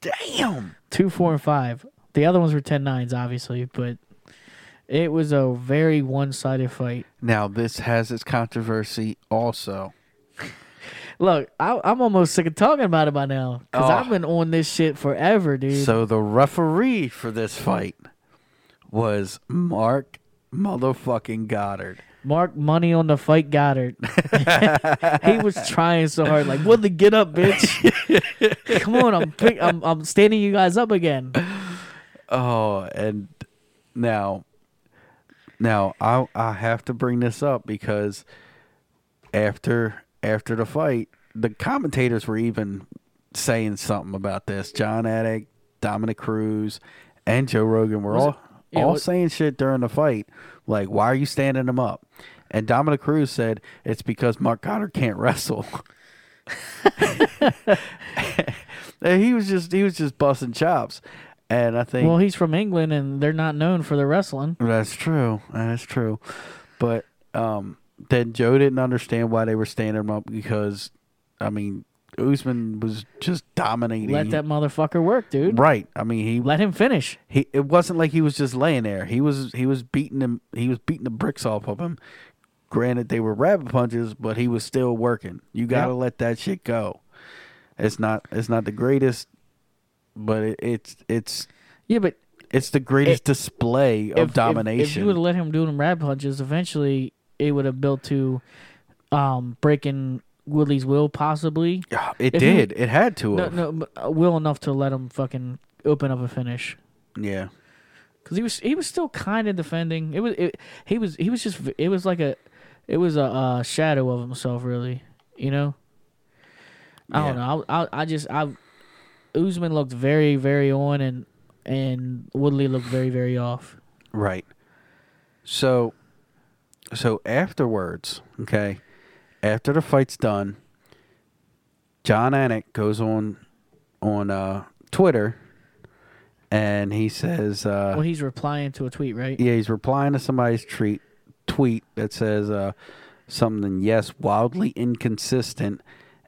A: Damn.
B: Two, four, and five. The other ones were 10 9s, obviously, but it was a very one sided fight.
A: Now this has its controversy also.
B: Look, I, I'm almost sick of talking about it by now because
A: Oh.
B: I've been on this shit forever, dude.
A: So the referee for this fight was Mark motherfucking Goddard.
B: Mark money on the fight Goddard. <laughs> he was trying so hard, like, what the get up, bitch? Come on, I'm, pick, I'm I'm standing you guys up again.
A: Oh, and now, now I I have to bring this up because after after the fight, the commentators were even saying something about this. John Attic, Dominic Cruz, and Joe Rogan were all
B: yeah,
A: all
B: what-
A: saying shit during the fight, like why are you standing him up? And Dominic Cruz said it's because Mark Goddard can't <laughs>
B: <laughs>
A: wrestle. And he was just he was just busting chops, and I think
B: Well, he's from England and they're not known for their wrestling.
A: that's true. That's true. But um, then Joe didn't understand why they were standing him up because, I mean, Usman was just dominating.
B: Let that motherfucker work, dude.
A: right. I mean, he
B: Let him finish.
A: he. It wasn't like he was just laying there. He was he was beating him. He was beating the bricks off of him. Granted, they were rabbit punches, but he was still working. You got to
B: Yep.
A: let that shit go. It's not it's not the greatest, but it, it's it's
B: Yeah, but
A: it's the greatest
B: It-
A: display of
B: if,
A: domination.
B: If, if you would have let him do them rab punches, eventually it would have built to um, breaking Woodley's will, possibly.
A: Yeah, it
B: If you-
A: did. it had to.
B: No,
A: have.
B: no, but, uh, will enough to let him fucking open up a finish.
A: Yeah.
B: because he was he was still kind of defending. It was it, he was he was just it was like a it was a, uh shadow of himself, really. You know, I don't
A: Yeah.
B: know. I, I I just I Usman looked very very on and and Woodley looked very very off.
A: Right. So, so afterwards, okay, after the fight's done, John Anik goes on on uh, Twitter, and he says, uh,
B: well, he's replying to a tweet, right?
A: "Yeah, he's replying to somebody's tweet tweet that says uh, something. Yes, wildly inconsistent."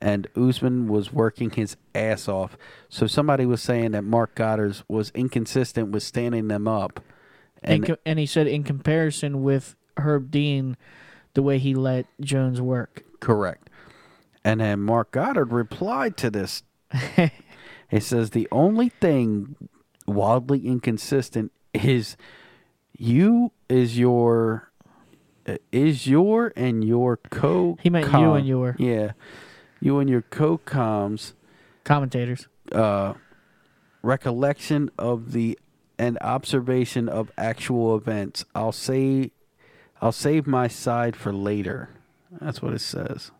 A: And Usman was working his ass off. So somebody was saying that Mark Goddard's was inconsistent with standing them up,
B: and, co- and he said in comparison with Herb Dean, the way he let Jones work.
A: Correct. And then Mark Goddard replied to
B: <laughs>
A: this. he says the only thing wildly inconsistent is you is your uh, is your and your co
B: He meant you and your.
A: yeah you and your co coms
B: Commentators,
A: uh, recollection of the and observation of actual events. I'll say I'll save my side for later. That's what it says.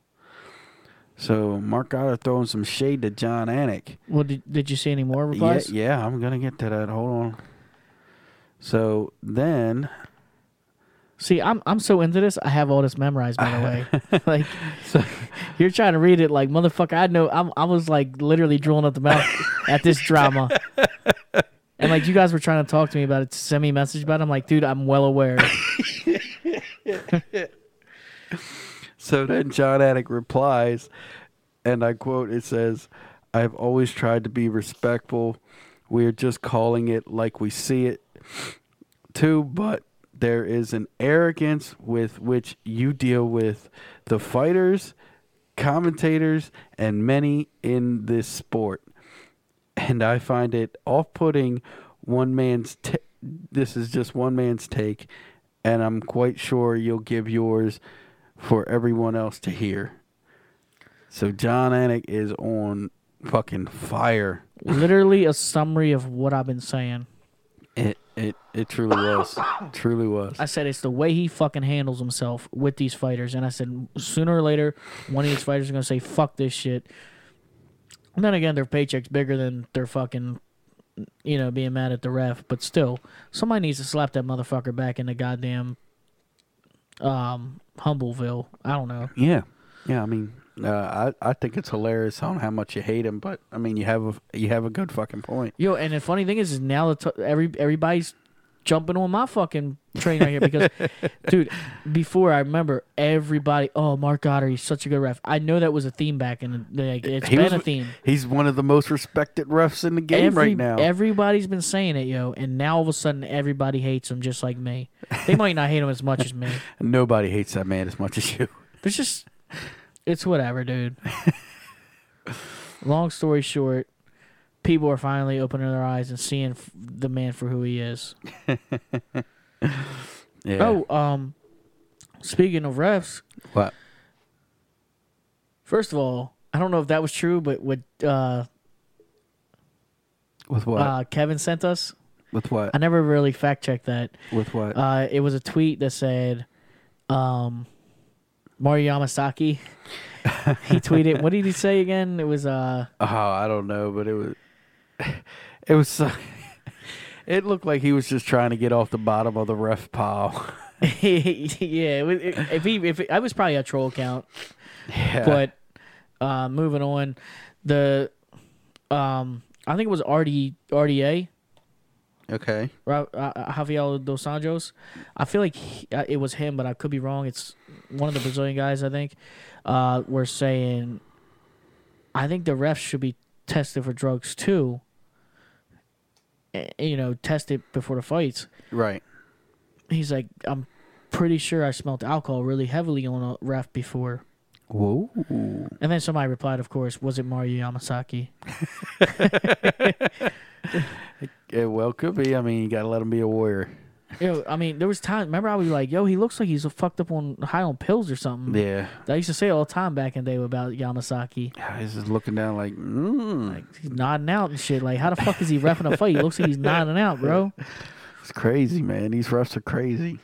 A: So Mark Goddard throwing some shade to John Anik.
B: well, did, did you see any more
A: Yeah,
B: replies?
A: yeah, I'm gonna get to that. Hold on. So then, <laughs>
B: See, I'm I'm so into this. I have all this memorized, by the
A: <laughs>
B: way. like, you're trying to read it, like motherfucker. I know. I'm I was like literally drooling at
A: <laughs>
B: the mouth at this drama. And like you guys were trying to talk to me about it, send me a message about it. I'm like, dude, I'm
A: <laughs>
B: well aware.
A: so then John Anik replies, and I quote: "It says, I've always tried to be respectful. We're just calling it like we see it. too, but there is an arrogance with which you deal with the fighters, commentators, and many in this sport. And I find it off putting one man's t- this is just one man's take, and I'm quite sure you'll give yours for everyone else to hear. So John Anik is on fucking fire.
B: literally a summary of what I've been saying.
A: It it it truly was. <coughs> truly was.
B: I said it's the way he fucking handles himself with these fighters, and I said sooner or later one of these fighters is gonna say fuck this shit. And then again, their paycheck's bigger than their fucking, you know, being mad at the ref. But still, somebody needs to slap that motherfucker back into goddamn, um, Humbleville. I don't know.
A: Yeah, yeah. I mean, uh, I I think it's hilarious on how much you hate him, but I mean, you have a you have a good fucking point.
B: Yo, and the funny thing is, is now the t- every everybody's jumping on my fucking train right here
A: <laughs>
B: because, dude, before I remember everybody. Oh, Mark Goddard, he's such a good ref. I know that was a theme back in the day. Like, it's
A: He
B: been
A: was-
B: a theme.
A: He's one of the most respected refs in the game
B: Every-
A: right now.
B: everybody's been saying it, yo, and now all of a sudden everybody hates him just like me. They might not hate him as much as me.
A: Nobody hates that man as much as you.
B: There's just it's
A: <laughs>
B: whatever, dude. Long story short, people are finally opening their eyes and seeing f- the man for who he is.
A: Yeah.
B: Oh, um, speaking of refs,
A: What?
B: first of all, I don't know if that was true, but what uh,
A: With what?
B: uh, Kevin sent us,
A: with what?
B: I never really fact checked that.
A: with what?
B: Uh, it was a tweet that said, um, Mario Yamasaki. he tweeted, what did he say again? It was, uh, <laughs>
A: oh, I don't know, but it was. <laughs> It was. so- <laughs> It looked like he was just trying to get off the bottom of the ref pile. <laughs>
B: yeah, it was, if he, if I was probably a troll account,
A: yeah.
B: but uh, moving on, the, um, I think it was RD, RDA,
A: okay.
B: Ra- uh, Javier Dos Anjos. I feel like he, uh, it was him, but I could be wrong. It's one of the Brazilian guys, I think. Uh, were saying, I think the refs should be tested for drugs too. Eh, You know, tested before the fights.
A: Right.
B: He's like, I'm pretty sure I smelled alcohol really heavily on a ref before.
A: Whoa.
B: And then somebody replied, of course, was it Mario Yamasaki?
A: It well could be. I mean, you gotta let him be a warrior.
B: Yo, I mean, there was time. Remember, I was like, "Yo, he looks like he's fucked up on high on pills or something."
A: Yeah.
B: I used to say all the time back in the day about Yamasaki.
A: He's just looking down like, mm,
B: Like he's nodding out and shit. Like how the fuck is he refing a fight? He looks like he's nodding out, bro.
A: it's crazy, man. These refs are crazy.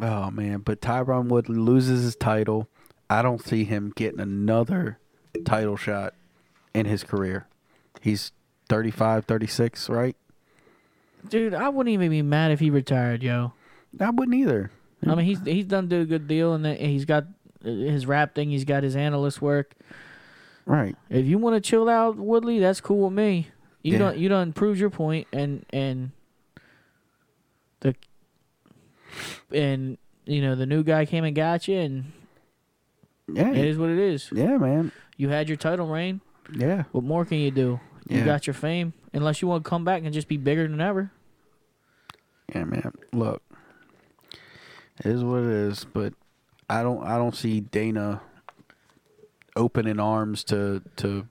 A: Oh man, but Tyron Woodley loses his title. I don't see him getting another title shot in his career. He's 35, 36, right?
B: Dude, I wouldn't even be mad if he retired, yo.
A: I wouldn't either.
B: I mean, he's he's done do a good deal, and then he's got uh, his rap thing. He's got his analyst work.
A: Right.
B: If you want to chill out, Woodley, that's cool with me. You
A: Yeah.
B: don't you don't prove your point, and and the and you know the new guy came and got you, and
A: Yeah.
B: it is what it is.
A: Yeah, man.
B: You had your title reign.
A: Yeah.
B: What more can you do?
A: Yeah.
B: You got your fame. Unless you want to come back and just be bigger than ever.
A: Yeah, man. Look, it is what it is, but I don't I don't see Dana opening arms to to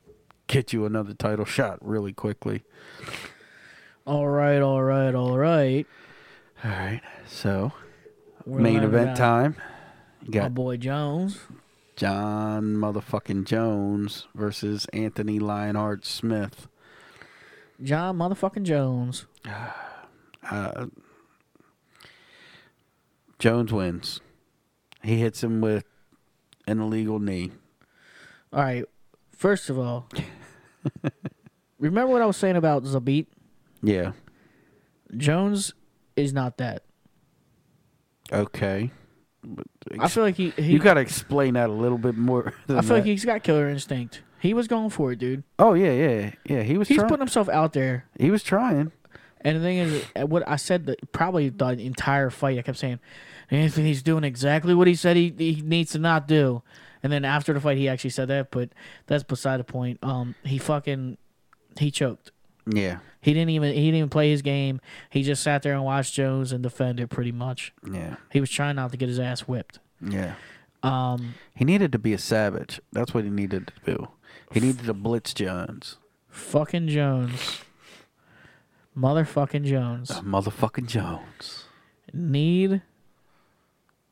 A: get you another title shot really quickly.
B: All right, all right, all right.
A: All right. So,
B: We're
A: main
B: live
A: event
B: about
A: time. You
B: My
A: got
B: boy Jones.
A: John motherfucking Jones versus Anthony Lionheart Smith.
B: John motherfucking Jones.
A: Uh, Jones wins. He hits him with an illegal knee.
B: All right. First of
A: <laughs>
B: all, remember what I was saying about Zabit?
A: Yeah.
B: Jones is not that.
A: Okay.
B: I feel like he, he
A: you got to explain that a little bit more.
B: I feel like he's got killer instinct. He was going for it, dude.
A: oh yeah, yeah, yeah. He was
B: He's
A: trying.
B: putting himself out there.
A: he was trying.
B: And the thing is, uh, what I said the, probably the entire fight, I kept saying, Anthony's doing exactly what he said he, he needs to not do. And then after the fight, he actually said that, but that's beside the point. Um, he fucking he choked.
A: Yeah,
B: He didn't even he didn't even play his game. He just sat there and watched Jones and defended pretty much.
A: yeah,
B: He was trying not to get his ass whipped.
A: yeah.
B: Um,
A: He needed to be a savage. That's what he needed to do. He needed to blitz Jones,
B: fucking Jones, motherfucking Jones.
A: Uh, motherfucking Jones,
B: Need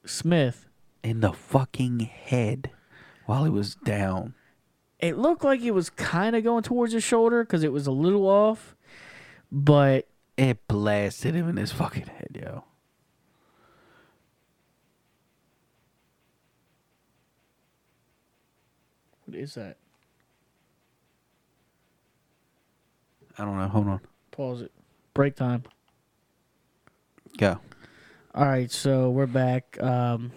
B: Smith
A: in the fucking head while he was down.
B: it looked like it was kind of going towards his shoulder because it was a little off, but
A: It blasted him in his fucking head, yo.
B: what is that?
A: I don't know. Hold on.
B: Pause it. Break time.
A: Go.
B: All right, so we're back. Um,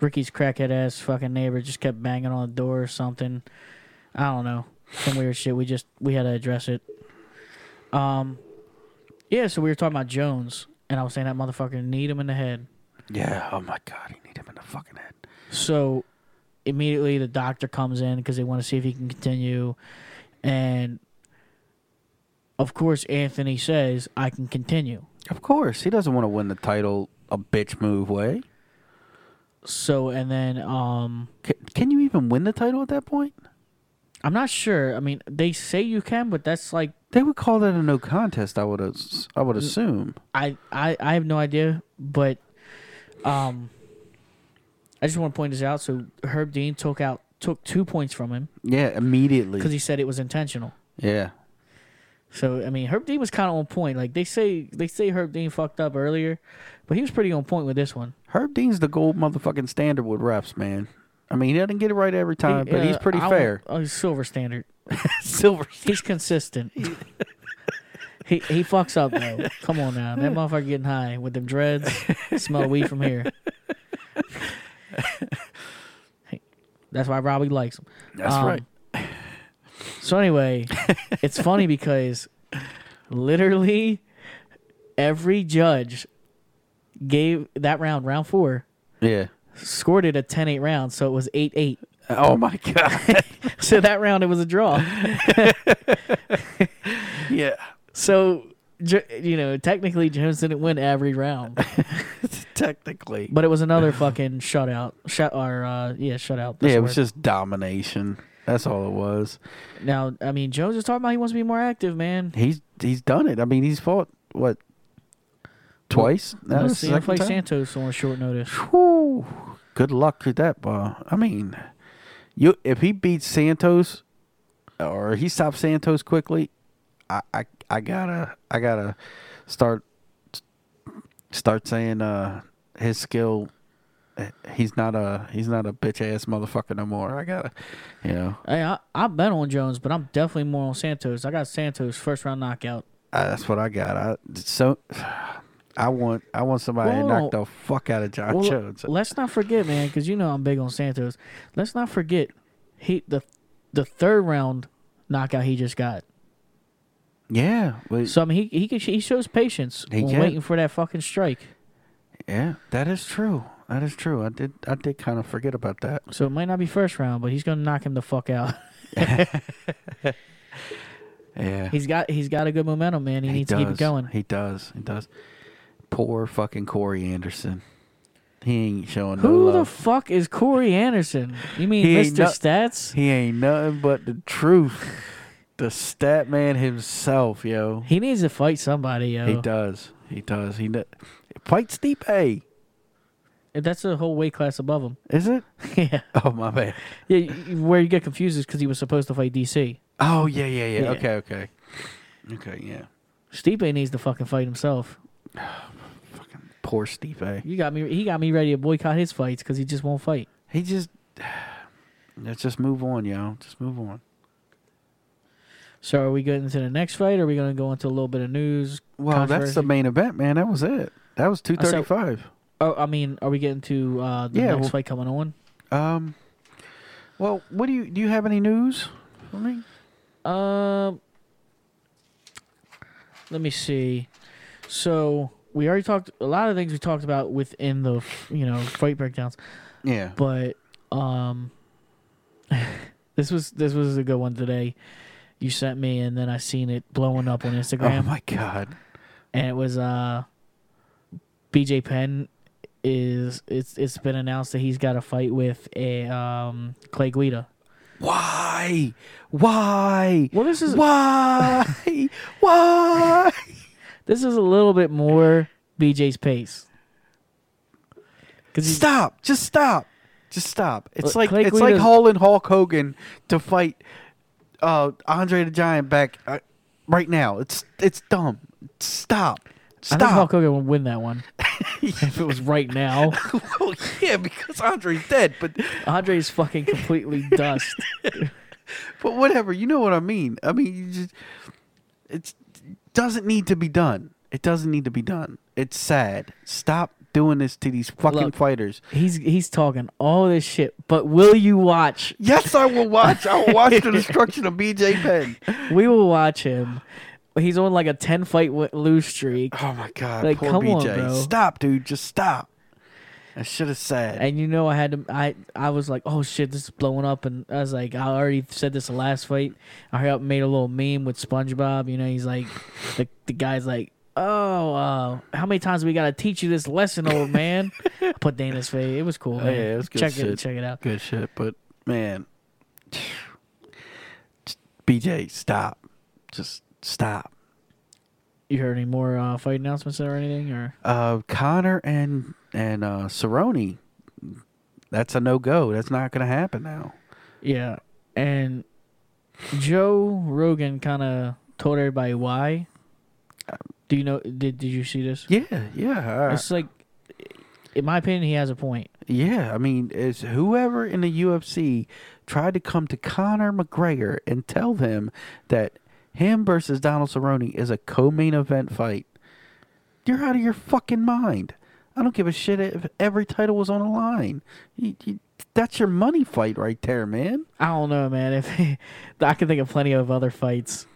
B: Ricky's crackhead ass fucking neighbor just kept banging on the door or something. I don't know, some weird shit. We just we had to address it. Um, yeah. So we were talking about Jones, and I was saying that motherfucker need him in the head.
A: Yeah. Oh my god, he need him in the fucking head.
B: So immediately the doctor comes in because they want to see if he can continue. And of course, Anthony says, I can continue.
A: Of course, he doesn't want to win the title a bitch move way.
B: So, and then, um,
A: Can, can you even win the title at that point?
B: I'm not sure. I mean, they say you can, but that's like
A: They would call that a no contest. I would as- I would assume.
B: I I, I have no idea, but um, I just want to point this out. So Herb Dean took out took two points from him
A: Yeah, immediately.
B: because he said it was intentional.
A: yeah,
B: So I mean, Herb Dean was kind of on point. Like they say, they say Herb Dean fucked up earlier, but he was pretty on point with this one.
A: Herb Dean's the gold motherfucking standard with refs, man. I mean, he doesn't get it right every time, but he's
B: Uh,
A: pretty
B: I won't-
A: fair.
B: Oh, he's silver standard.
A: <laughs> Silver.
B: He's consistent. he he fucks up though. Come on now, that motherfucker getting high with them dreads. Smell weed
A: <laughs>
B: from here. Hey, That's why Robbie likes him.
A: That's
B: Um,
A: right.
B: So anyway, it's funny because literally every judge gave that round, round four,
A: Yeah.
B: scored it a 10-8 round, so it was 8-8.
A: Oh my <laughs> god.
B: <laughs> So that round it was a draw.
A: yeah.
B: So J- you know, technically Jones didn't win every round,
A: Technically.
B: but it was another fucking shutout. Shut or uh, yeah, shutout.
A: yeah,
B: That's the
A: it was
B: word.
A: just domination. That's all it was.
B: now. I mean, Jones is talking about he wants to be more active, man.
A: He's he's done it. I mean, he's fought what twice. That
B: Let's
A: was the
B: see him
A: second
B: play
A: time?
B: Santos on short notice.
A: Whew. Good luck with that ball. I mean, you if he beats Santos or he stops Santos quickly, I I, I gotta I gotta start start saying uh his skill. He's not a he's not a bitch ass motherfucker no more. I gotta, you know,
B: Hey, I I bet on Jones, but I'm definitely more on Santos. I got Santos first round knockout.
A: I, that's what I got. I so <sighs> I want I want somebody to
B: Well,
A: knock the fuck out of John
B: Well,
A: Jones.
B: Let's not forget, man, because you know I'm big on Santos. Let's not forget he the the third round knockout he just got.
A: Yeah, but,
B: So I mean, he he can, he shows patience
A: He
B: when
A: can.
B: waiting for that fucking strike.
A: yeah, that is true. That is true. I did I did kind of forget about that.
B: So it might not be first round, but he's gonna knock him the fuck out. <laughs>
A: Yeah,
B: He's got he's got a good momentum, man. He, needs to keep it
A: does.
B: going.
A: He does. He does. Poor fucking Corey Anderson. He ain't showing
B: Who
A: no
B: the
A: love.
B: fuck is Corey Anderson? You mean
A: He ain't
B: Mr.
A: no-
B: Stats?
A: he ain't nothing but the truth. the stat man himself, yo.
B: He needs to fight somebody, yo.
A: He does. He does. He kn- fight Stipe, hey,
B: That's a whole weight class above him. <laughs>
A: is it? <laughs>
B: yeah.
A: Oh my man.
B: Yeah, y- y- where you get confused is because he was supposed to fight DC.
A: Oh yeah, yeah, yeah.
B: Yeah.
A: Okay, okay, okay. Yeah.
B: Stipe needs to fucking fight himself.
A: Fucking poor Stipe.
B: You got me. He got me ready to boycott his fights because he just won't fight.
A: He just <sighs> let's just move on, yo. Just move on.
B: So are we getting to the next fight? Or are we gonna go into a little bit of news?
A: Well, that's the
B: Controversy. Uh,
A: main event, man. That was it. That was two thirty five.
B: Oh, I mean, are we getting to uh, the
A: Yeah,
B: next
A: well-
B: fight coming on?
A: Um. Well, what do you do? You have any news for me?
B: Um, let me see. So we already talked a lot of things we talked about within the you know fight breakdowns,
A: Yeah.
B: but um, <laughs> this was this was a good one today. You sent me, and then I seen it blowing up
A: <laughs>
B: on
A: Oh
B: Instagram,
A: my god.
B: and it was uh, BJ Penn is it's it's been announced that he's got a fight with a um Clay Guida.
A: Why? Why?
B: Well, this is <laughs>
A: Why? Why?
B: This is a little bit more BJ's pace. Cause he's-
A: Stop! Just stop! Just stop! It's
B: Look,
A: like
B: Clay
A: it's like
B: Guida's-
A: hauling Hulk Hogan to fight uh, Andre the Giant back uh, right now. It's it's dumb. Stop!
B: I think
A: <laughs> Stop!
B: Hulk Hogan <laughs> would win that one if it was right
A: <laughs>
B: now.
A: well, yeah, because Andre's dead. But
B: Andre's fucking
A: <laughs>
B: completely dust.
A: but whatever. You know what I mean. I mean, you just it doesn't need to be done. It doesn't need to be done. It's sad. Stop doing this to these fucking
B: Look.
A: fighters.
B: He's he's talking all this shit, but will you watch?
A: Yes, I will watch. I will watch the destruction of BJ Penn.
B: We will watch him. He's on like a ten fight wi- lose streak,
A: Oh my god,
B: Like,
A: poor
B: come on,
A: BJ.
B: bro.
A: Stop, dude, just stop. That shit is sad.
B: and you know I had to. I I was like, oh shit, this is blowing up, and I was like, I already said this the last fight. I hurry up and made a little meme with SpongeBob. You know, he's like, the the guy's like, oh, uh, how many times we gotta teach you this lesson, old man? I put Dana's face. It was cool.
A: Oh,
B: man.
A: yeah, it was good
B: check
A: shit.
B: it check it out.
A: Good shit, but man, <sighs> BJ, stop, just stop.
B: You heard any more uh, fight announcements or anything? Or
A: Uh, Connor and and uh, Cerrone, that's a no go. That's not gonna happen now.
B: yeah, and Joe Rogan kind of told everybody why. Do you know? Did Did you see this?
A: Yeah, yeah,
B: It's like, in my opinion, he has a point.
A: yeah. I mean, it's whoever in the UFC tried to come to Connor McGregor and tell him that him versus Donald Cerrone is a co-main event fight. You're out of your fucking mind. I don't give a shit if every title was on the line. You, you, that's your money fight right there, man.
B: I don't know, man. <laughs> If I can think of plenty of other fights.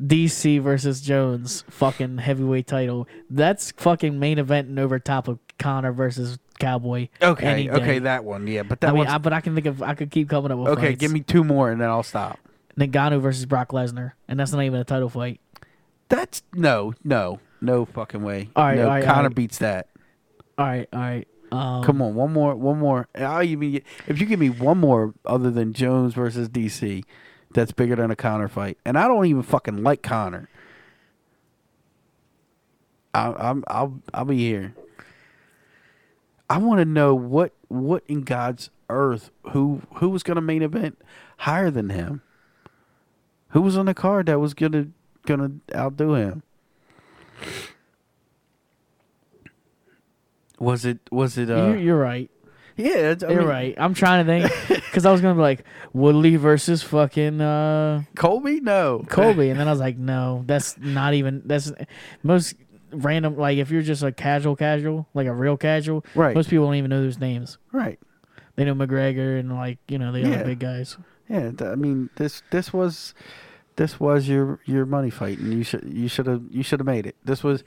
B: DC versus Jones, fucking heavyweight title. That's fucking main event and over top of Connor versus Cowboy. any day.
A: that one, yeah, but
B: I mean, I, but I can think of I could keep coming up with.
A: Okay,
B: fights.
A: give me two more and then I'll stop.
B: Nagano versus Brock Lesnar, and that's not even a title fight.
A: That's no, no, no fucking way.
B: All right,
A: no,
B: all right, all
A: Connor
B: right.
A: beats that.
B: All right, all right. Um,
A: Come on, one more, one more. I'll even get- if you give me one more other than Jones versus DC, that's bigger than a Connor fight. And I don't even fucking like Connor. I, I'm I'll I'll be here. I want to know what what in God's earth who who was going to main event higher than him? Who was on the card that was gonna gonna outdo him? Was it was it uh
B: you're, you're right.
A: yeah it's- I
B: You're
A: mean,
B: right. I'm trying to <laughs> think because I was gonna be like Woodley versus fucking uh,
A: Colby no
B: Colby, and then I was like, no, that's not even that's most random. Like if you're just a casual, casual, like a real casual,
A: Right.
B: Most people don't even know those names.
A: right
B: They know McGregor and like you know the
A: Yeah.
B: other big guys.
A: yeah th- I mean this this was this was your your money fight and you should you should have you should have made it this was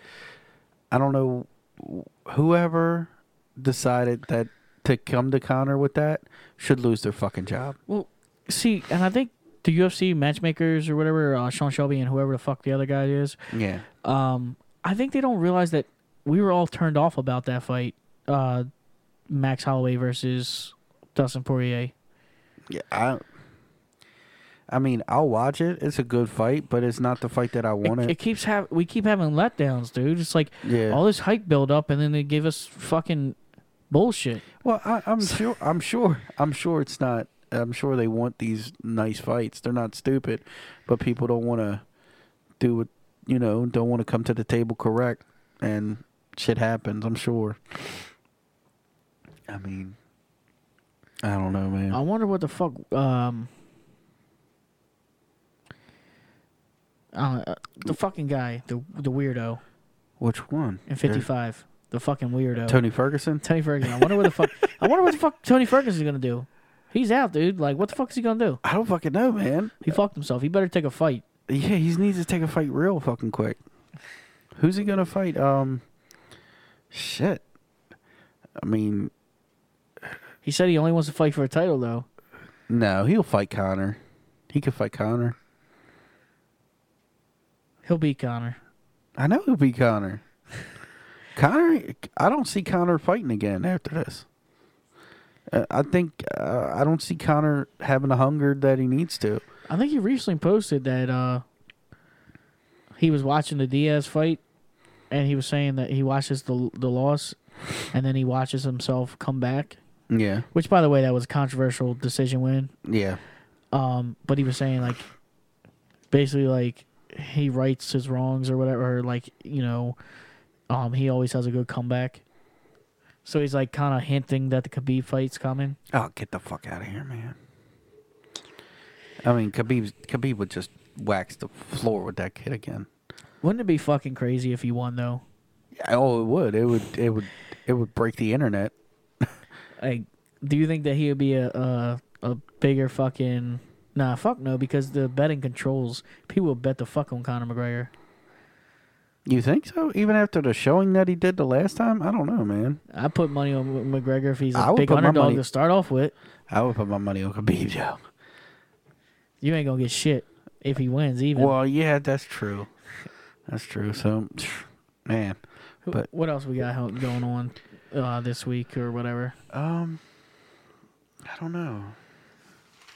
A: I don't know whoever decided that to come to Connor with that should lose their fucking job
B: Well, see, and I think the UFC matchmakers or whatever, uh, Sean Shelby and whoever the fuck the other guy is,
A: yeah
B: um, I think they don't realize that we were all turned off about that fight, uh, Max Holloway versus Dustin Poirier.
A: Yeah, I. I mean, I'll watch it. It's a good fight, but it's not the fight that I
B: It,
A: wanted.
B: it keeps have we keep having letdowns, dude. It's like
A: Yeah.
B: all this hype build up, and then they give us fucking bullshit.
A: well, I, I'm sure. I'm sure. I'm sure it's not. I'm sure they want these nice fights. They're not stupid, but people don't want to do what you know. Don't want to come to the table correct, and shit happens. I'm sure. I mean, I don't know, man.
B: I wonder what the fuck. Um, I don't know, uh, the fucking guy, the the weirdo
A: Which one?
B: in fifty five, the fucking weirdo, Tony,
A: Tony Ferguson.
B: Ferguson. I wonder what the fuck. I wonder what the fuck Tony Ferguson is gonna do. He's out, dude. Like, what the fuck is he gonna do?
A: I don't fucking know, man.
B: He fucked himself. He better take a fight.
A: Yeah, he needs to take a fight real fucking quick. Who's he gonna fight? Um, shit. I mean,
B: He said he only wants to fight for a title, though.
A: no, he'll fight Connor. He could fight Connor.
B: He'll beat Connor.
A: I know he'll beat <laughs> Connor. Connor, I don't see Connor fighting again after this. Uh, I think uh, I don't see Connor having the hunger that he needs to.
B: I think he recently posted that uh, he was watching the Diaz fight, and he was saying that he watches the the loss, and then he watches himself come back.
A: Yeah,
B: Which, by the way, that was a controversial decision win.
A: yeah,
B: Um, but he was saying like, basically like he rights his wrongs or whatever. Or like you know, um, he always has a good comeback. So he's like kind of hinting that the Khabib fight's coming.
A: Oh, get the fuck out of here, man. I mean, Khabib, Khabib would just wax the floor with that kid again.
B: Wouldn't it be fucking crazy if he won though?
A: Oh, it would. It would. It would. It would break the internet.
B: like do you think that he would be a a, a bigger fucking nah fuck no because the betting controls people will bet the fuck on Conor McGregor.
A: You think so? Even after the showing that he did the last time, I don't know, man.
B: I put money on M- McGregor if he's
A: I
B: a
A: would
B: big
A: put my
B: underdog
A: money-
B: to start off with.
A: I would put my money on Khabib, though.
B: You ain't gonna get shit if he wins even.
A: Well, yeah, that's true. That's true. So, man,
B: Who-
A: but-
B: what else we got hel- going on uh, this week or whatever?
A: um, I don't know.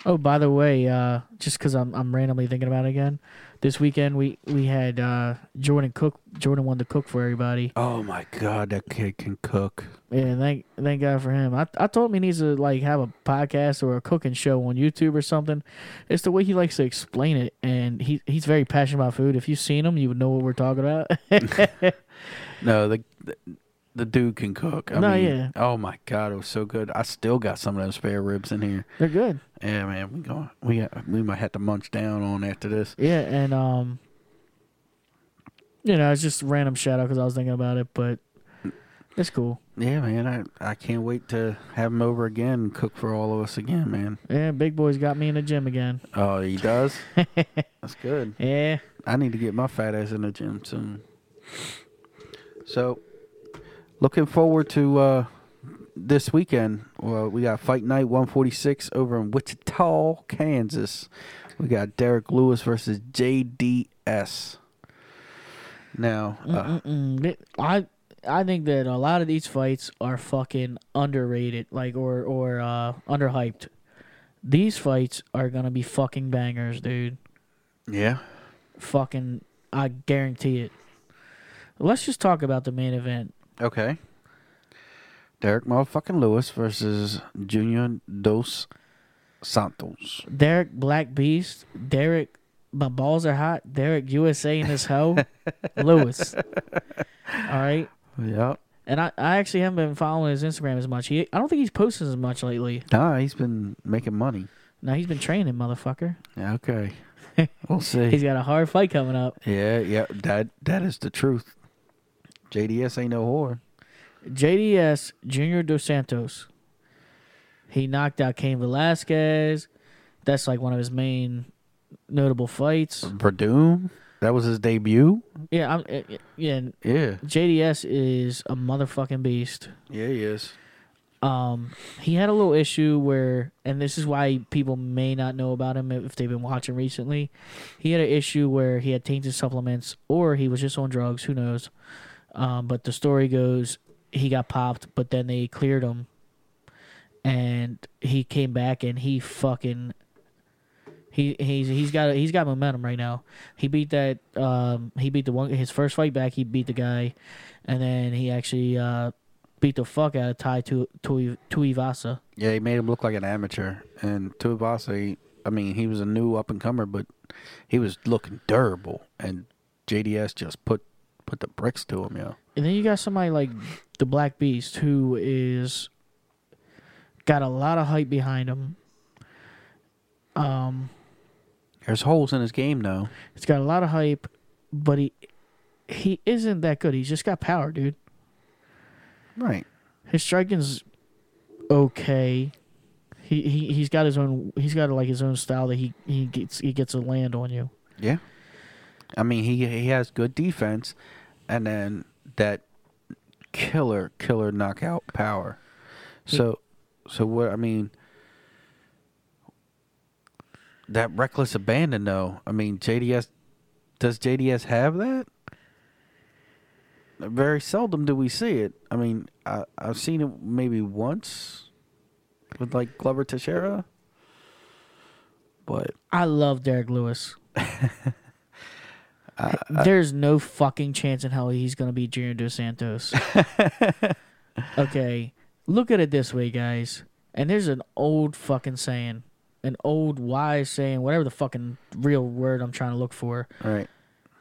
B: Oh, by the way, uh, just because I'm I'm randomly thinking about it again, this weekend we we had uh, Jordan cook. Jordan wanted to cook for everybody,
A: Oh my god, that kid can cook.
B: and thank thank God for him. I I told him he needs to like have a podcast or a cooking show on YouTube or something. It's the way he likes to explain it, and he he's very passionate about food. If you've seen him, you would know what we're talking about. <laughs>
A: No, the the, the dude can cook. I
B: No,
A: mean,
B: yeah.
A: Oh my god, it was so good. I still got some of those spare ribs in here.
B: They're good.
A: Yeah, man, we going we got, we might have to munch down on after this.
B: Yeah, and um, you know, it's just random shout out because I was thinking about it, but it's cool.
A: Yeah, man, I I can't wait to have him over again and cook for all of us again, man.
B: Yeah, big boy's got me in the gym again. <laughs>
A: Oh, he does. That's good.
B: Yeah.
A: I need to get my fat ass in the gym soon. So, looking forward to uh, this weekend. Well, we got Fight Night 146 over in Wichita, Kansas. We got Derek Lewis versus JDS. Now, uh,
B: Mm-mm. Th- I I think that a lot of these fights are fucking underrated, like or or uh, underhyped. These fights are gonna be fucking bangers, dude.
A: yeah,
B: Fucking, I guarantee it. Let's just talk about the main event.
A: okay. Derek motherfucking Lewis versus Junior Dos Santos.
B: Derek Black Beast, Derek, my balls are hot. Derek USA in his hell, Lewis. All right,
A: Yep.
B: and I, I actually haven't been following his Instagram as much. He I don't think he's posting as much lately.
A: Nah, he's been making money.
B: Now he's been training, motherfucker.
A: Okay. We'll
B: <laughs>
A: see.
B: He's got a hard fight coming up.
A: Yeah, yeah, that that is the truth. JDS ain't no whore.
B: JDS Junior Dos Santos. He knocked out Cain Velasquez. That's like one of his main notable fights.
A: Verdum, that was his debut.
B: Yeah, I'm, eh, eh, yeah.
A: Yeah,
B: JDS is a motherfucking beast.
A: yeah, he is.
B: Um, he had a little issue where, and this is why people may not know about him if they've been watching recently. He had an issue where he had tainted supplements, or he was just on drugs. Who knows? Um, but the story goes he got popped, but then they cleared him, and he came back and he fucking he he's he's got he's got momentum right now. He beat that um he beat the one his first fight back. He beat the guy, and then he actually uh beat the fuck out of Tai Tu Tu Tuivasa.
A: Yeah, he made him look like an amateur. And Tuivasa, he- I mean, he was a new up and comer, but he was looking durable. And JDS just put put the bricks to him, yo.
B: And then you got somebody like the Black Beast who is got a lot of hype behind him. Um,
A: There's holes in his game though.
B: it's got a lot of hype, but he he isn't that good. He's just got power, dude.
A: Right.
B: His striking's okay. He he he's got his own he's got like his own style that he he gets he gets a land on you.
A: Yeah. I mean, he he has good defense, and then that killer killer knockout power. So, so what I mean, that reckless abandon though. I mean, JDS does JDS have that? Very seldom do we see it. I mean, I I've seen it maybe once with like Glover Teixeira, but
B: I love Derek Lewis. There's no fucking chance in hell he's gonna be Junior Dos Santos. okay, look at it this way, guys. And there's an old fucking saying, an old wise saying, whatever the fucking real word I'm trying to look for.
A: all right.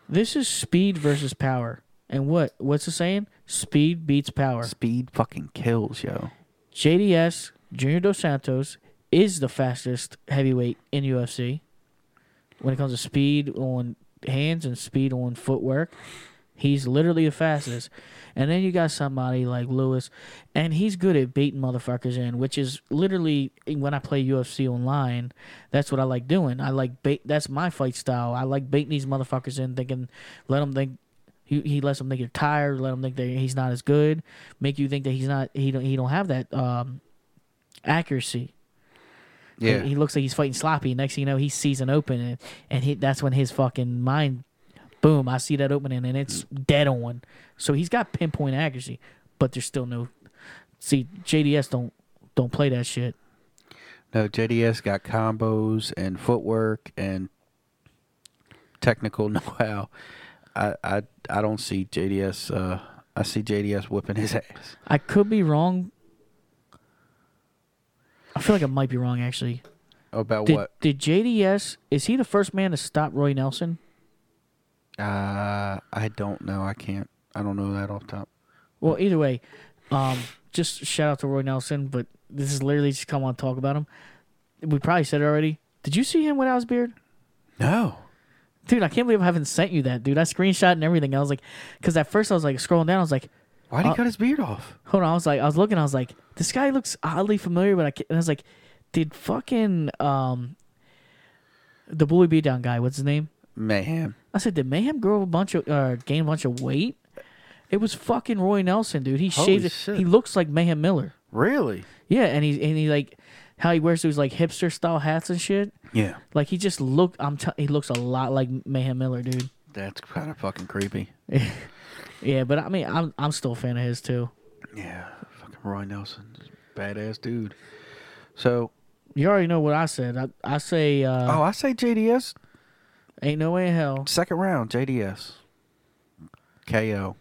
B: This is speed versus power. And what what's the saying? Speed beats power.
A: Speed fucking kills, yo.
B: JDS Junior Dos Santos is the fastest heavyweight in UFC when it comes to speed on hands and speed on footwork. He's literally the fastest. And then you got somebody like Lewis, and he's good at baiting motherfuckers in, which is literally when I play UFC online, that's what I like doing. I like bait. That's my fight style. I like baiting these motherfuckers in, thinking, let them think. He, he lets them think you're tired. Let them think that he's not as good. Make you think that he's not. He don't. He don't have that um, accuracy.
A: Yeah.
B: He, he looks like he's fighting sloppy. Next thing you know, he sees an opening, and, and he, that's when his fucking mind, boom, I see that opening, and it's dead on. So he's got pinpoint accuracy, but there's still no. See, JDS don't don't play that shit.
A: No, JDS got combos and footwork and technical <laughs> know-how. I I, I don't see JDS. Uh, I see JDS whipping his <laughs> ass.
B: I could be wrong. I feel like I might be wrong actually.
A: About
B: Did,
A: what?
B: did JDS is he the first man to stop Roy Nelson?
A: Uh, I don't know. I can't. I don't know that off top.
B: Well, either way, um, just shout out to Roy Nelson. But this is literally just come on talk about him. We probably said it already. Did you see him without his beard?
A: No.
B: Dude, I can't believe I haven't sent you that, dude. I screenshot and everything. I was like, because at first I was like scrolling down. I was like,
A: Why did he
B: Uh,
A: cut his beard off?
B: hold on. I was like, I was looking. I was like, this guy looks oddly familiar, but I can't. And I was like, did fucking um, the bully beat down guy? What's his name?
A: Mayhem.
B: I said, did Mayhem grow a bunch of uh, gain a bunch of weight? It was fucking Roy Nelson, dude. He
A: Holy
B: shaved. it.
A: shit.
B: He looks like Mayhem Miller.
A: Really?
B: Yeah, and he and he like how he wears those like hipster style hats and shit.
A: Yeah.
B: Like he just look. I'm. T- he looks a lot like Mayhem Miller, dude.
A: That's kind of fucking creepy.
B: Yeah, but I mean, I'm I'm still a fan of his too.
A: Yeah. Fucking Roy Nelson, badass dude. So,
B: You already know what I said. I I say uh,
A: oh, I say JDS
B: ain't no way in hell.
A: second round. JDS. KO.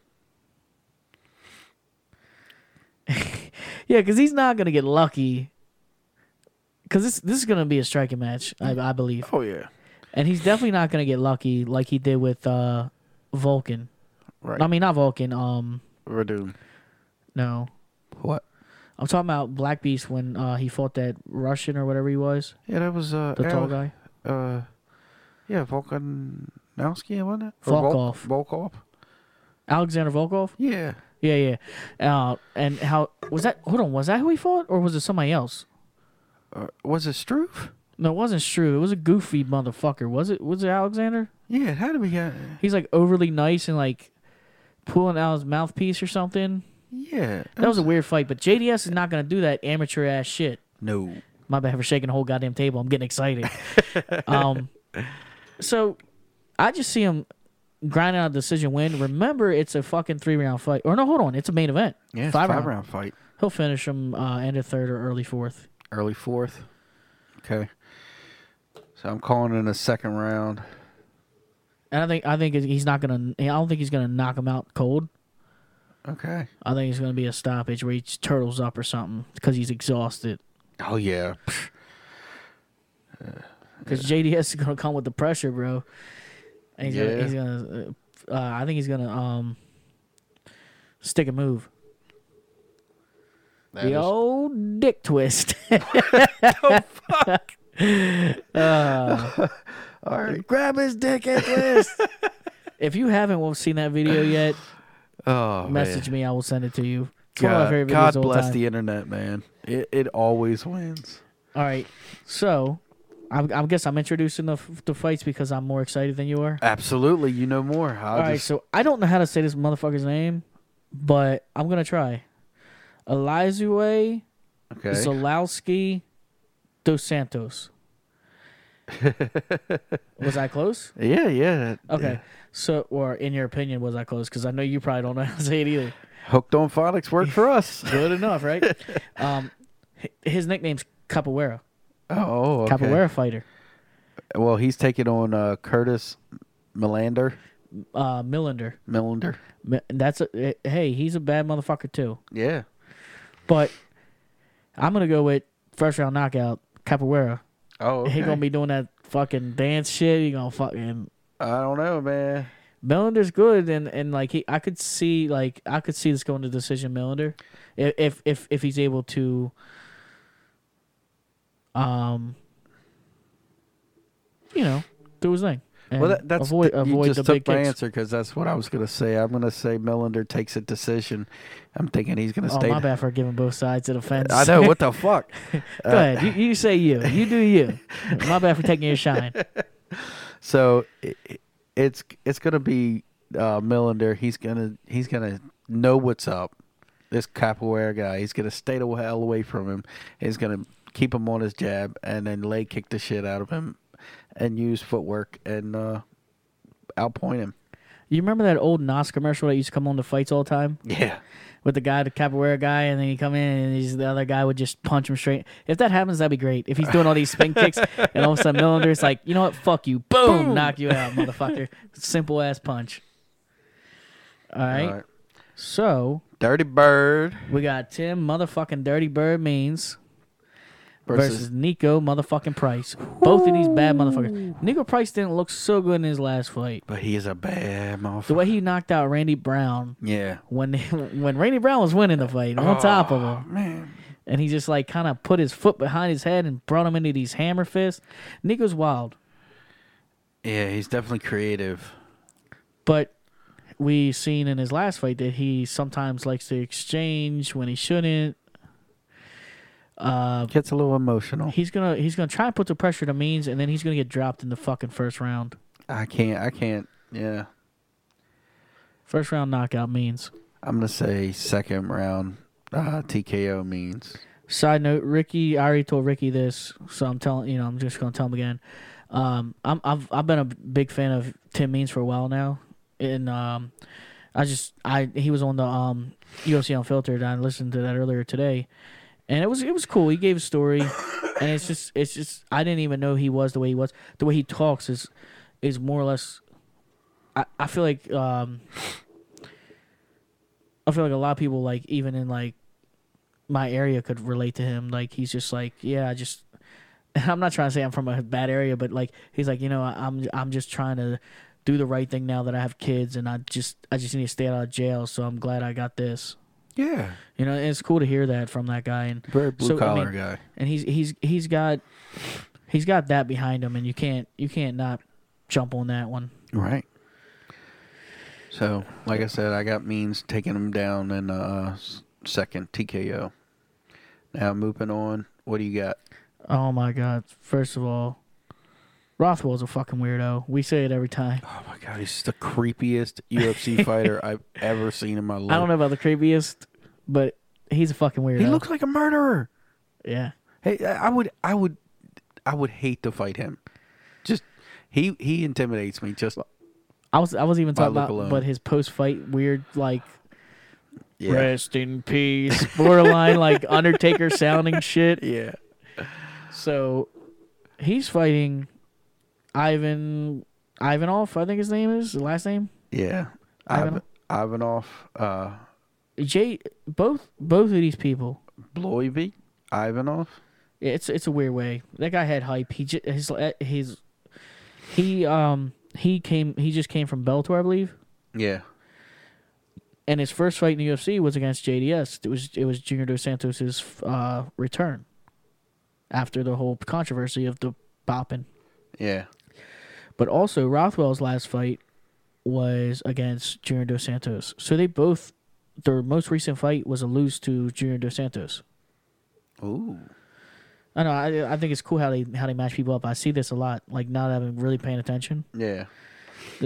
B: Yeah, because he's not gonna get lucky. Because this this is gonna be a striking match, I, I believe,
A: Oh yeah.
B: and he's definitely not gonna get lucky like he did with uh, Vulcan.
A: Right.
B: I mean, not Vulcan. Um,
A: Redoom.
B: no,
A: What?
B: I'm talking about Black Beast when uh, he fought that Russian or whatever he was,
A: Yeah, that was uh,
B: the tall
A: Al-
B: guy.
A: uh, yeah, Volkanovski, wasn't it?
B: Volkov.
A: Volk- Volkov.
B: Alexander Volkov?
A: Yeah.
B: Yeah, yeah. Uh, and how was that? Hold on, was that who he fought, or was it somebody else?
A: Uh, was it Struve?
B: No, it wasn't Shrew. It was a goofy motherfucker. Was it? Was it Alexander?
A: Yeah, it had to be. Uh,
B: He's like overly nice and like pulling out his mouthpiece or something.
A: yeah.
B: That was a weird fight, but JDS is not gonna do that amateur ass shit.
A: no.
B: My bad for shaking the whole goddamn table. I'm getting excited. um, so I just see him grinding out a decision win. Remember, it's a fucking three round fight. Or no, hold on, it's a main event.
A: Yeah,
B: Five
A: five,
B: round.
A: five round fight.
B: He'll finish him uh, end of third or early fourth.
A: Early fourth. Okay. So I'm calling in a second round.
B: And I think I think he's not gonna. I don't think he's gonna knock him out cold.
A: Okay.
B: I think it's gonna be a stoppage where he just turtles up or something because he's exhausted.
A: Oh yeah. Psh,
B: Because JDS is gonna come with the pressure, bro. And he's
A: Yeah.
B: gonna. He's gonna uh, uh, I think he's gonna um stick a move.
A: that
B: the
A: is- Oh,
B: old dick twist. <laughs> Uh,
A: <laughs> all right.
B: Grab his dick and twist. if you haven't well, seen that video yet,
A: <laughs> <sighs> Oh
B: message
A: man.
B: me. I will send it to you. It's one of my
A: God,
B: favorite
A: God
B: videos of all
A: bless
B: time.
A: the internet, man. It it always wins.
B: All right, so I, I guess I'm introducing the, f- the fights because I'm more excited than you are.
A: Absolutely. You know more.
B: All
A: I'll
B: right,
A: just
B: so I don't know how to say this motherfucker's name, but I'm gonna try. Elizue
A: okay.
B: Zalowski
A: <laughs>
B: dos Santos. was I close?
A: yeah, yeah. that-
B: Okay.
A: yeah.
B: So, or in your opinion, was I close? Because I know you probably don't know how to say
A: <laughs>
B: it either.
A: <laughs> Hooked on phonics worked for us.
B: <laughs> Good enough, right? um, hi- his nickname's Capoeira,
A: Oh, okay.
B: Capoeira fighter,
A: Well, he's taking on uh, Curtis Melander.
B: uh, Millender.
A: Melander.
B: M- That's a eh, hey, he's a bad motherfucker too.
A: Yeah.
B: But I'm gonna go with first round knockout, Capoeira.
A: Oh,
B: He gonna be doing that fucking dance shit. He gonna fucking
A: I don't know, man.
B: Millender's good, and and like he, I could see like I could see this going to decision Millender, if if if, if he's able to. Um. You know, do his thing. And
A: Well, that, that's
B: avoid
A: th-
B: avoid
A: you just
B: the
A: took
B: big
A: my
B: kicks.
A: answer because that's what I was gonna say. I'm gonna say Melander takes a decision. I'm thinking he's gonna
B: Oh,
A: stay.
B: my bad for giving both sides of the fence.
A: I know
B: <laughs>
A: what the fuck. Uh,
B: Go ahead. You, you say you. You
A: <laughs>
B: do you. My bad for taking your shine.
A: So i i- it's it's gonna be uh, Melander. He's gonna he's gonna know what's up. This capoeira guy. He's gonna stay the hell away from him. He's gonna keep him on his jab and then leg kick the shit out of him and use footwork and uh, outpoint him.
B: You remember that old Nas commercial that used to come on the fights all the time
A: Yeah.
B: with the guy, the capoeira guy, and then he come in and he's the other guy would just punch him straight. If that happens, that'd be great. If he's doing all these spin kicks and all of a sudden Millender's like, you know what, fuck you, boom, knock you out, motherfucker. Simple ass punch. All right.
A: All right.
B: So
A: Dirty Bird
B: we got Tim motherfucking Dirty Bird means
A: versus,
B: versus Nico motherfucking Price. Both of these bad motherfuckers. Nico Price didn't look so good in his last fight.
A: but he is a bad
B: The
A: motherfucker.
B: way he knocked out Randy Brown
A: Yeah.
B: when <laughs> when Randy Brown was winning the fight
A: Ah.
B: on top of him,
A: Man.
B: and he just like kind of put his foot behind his head and brought him into these hammer fists. Nico's wild,
A: Yeah, he's definitely creative.
B: but we seen in his last fight that he sometimes likes to exchange when he shouldn't. Uh,
A: Gets a little emotional.
B: he's gonna he's gonna try and put the pressure to Means, and then he's gonna get dropped in the fucking first round.
A: I can't. I can't. Yeah.
B: First round knockout Means.
A: I'm gonna say second round. Uh, TKO means.
B: Side note, Ricky, I already told Ricky this, so I'm telling you know I'm just gonna tell him again. Um, I'm I've I've been a big fan of Tim Means for a while now, and um, I just I he was on the um UFC Unfiltered. And I listened to that earlier today, and it was it was cool. He gave a story, and it's just it's just I didn't even know he was the way he was. The way he talks is is more or less. I I feel like um. I feel like a lot of people like even in like my area could relate to him. Like he's just like, yeah, I just. <laughs> I'm not trying to say I'm from a bad area, but like he's like, you know, I- I'm I'm just trying to do the right thing now that I have kids, and I just I just need to stay out of jail. So I'm glad I got this.
A: Yeah.
B: You know, and it's cool to hear that from that guy, and
A: Very blue
B: So, I
A: collar
B: mean-
A: guy.
B: and he's he's he's got he's got that behind him, and you can't you can't not jump on that one.
A: Right. So, like I said, I got means taking him down in uh, s- second TKO. Now moving on. What do you got?
B: Oh my God! First of all, Rothwell's a fucking weirdo. We say it every time.
A: Oh my god, he's the creepiest <laughs> UFC fighter I've ever seen in my life.
B: I don't know about the creepiest, but he's a fucking weirdo.
A: He looks like a murderer.
B: yeah.
A: Hey, I I would, I would, I would hate to fight him. Just he he intimidates me. Just
B: I was I was even
A: By
B: talking
A: look
B: about
A: alone.
B: but his post fight weird like
A: yeah,
B: rest in peace <laughs> borderline like Undertaker sounding shit.
A: yeah.
B: So he's fighting Ivan Ivanov, I think his name is, the last name.
A: Yeah.
B: Ivanov?
A: Ivan, Ivanov, uh,
B: Jay both both of these people.
A: Bloivy, Ivanov.
B: It's it's a weird way. That guy had hype. He just, his uh, his he um he came he just came from Bellator, I believe.
A: Yeah.
B: and his first fight in the UFC was against JDS. It was it was Junior Dos Santos's uh, return after the whole controversy of the bopping.
A: Yeah.
B: But also Rothwell's last fight was against Junior Dos Santos. So they both their most recent fight was a lose to Junior Dos Santos.
A: Ooh.
B: I know I, I think it's cool how they how they match people up. I see this a lot. Like not having really paying attention.
A: Yeah.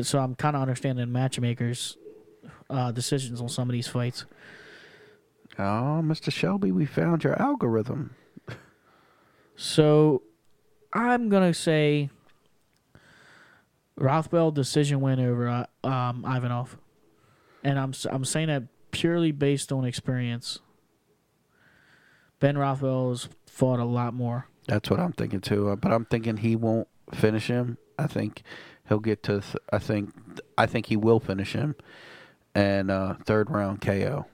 B: so I'm kind of understanding matchmakers' uh, decisions on some of these fights.
A: Oh, Mr. Shelby, we found your algorithm.
B: So I'm gonna say Rothwell decision win over uh, um, Ivanov, and I'm s- I'm saying that purely based on experience. Ben Rothwell has fought a lot more.
A: That's what I'm thinking too. uh, But I'm thinking he won't finish him. I think he'll get to. Th- I think. I think he will finish him. And uh, third round KO.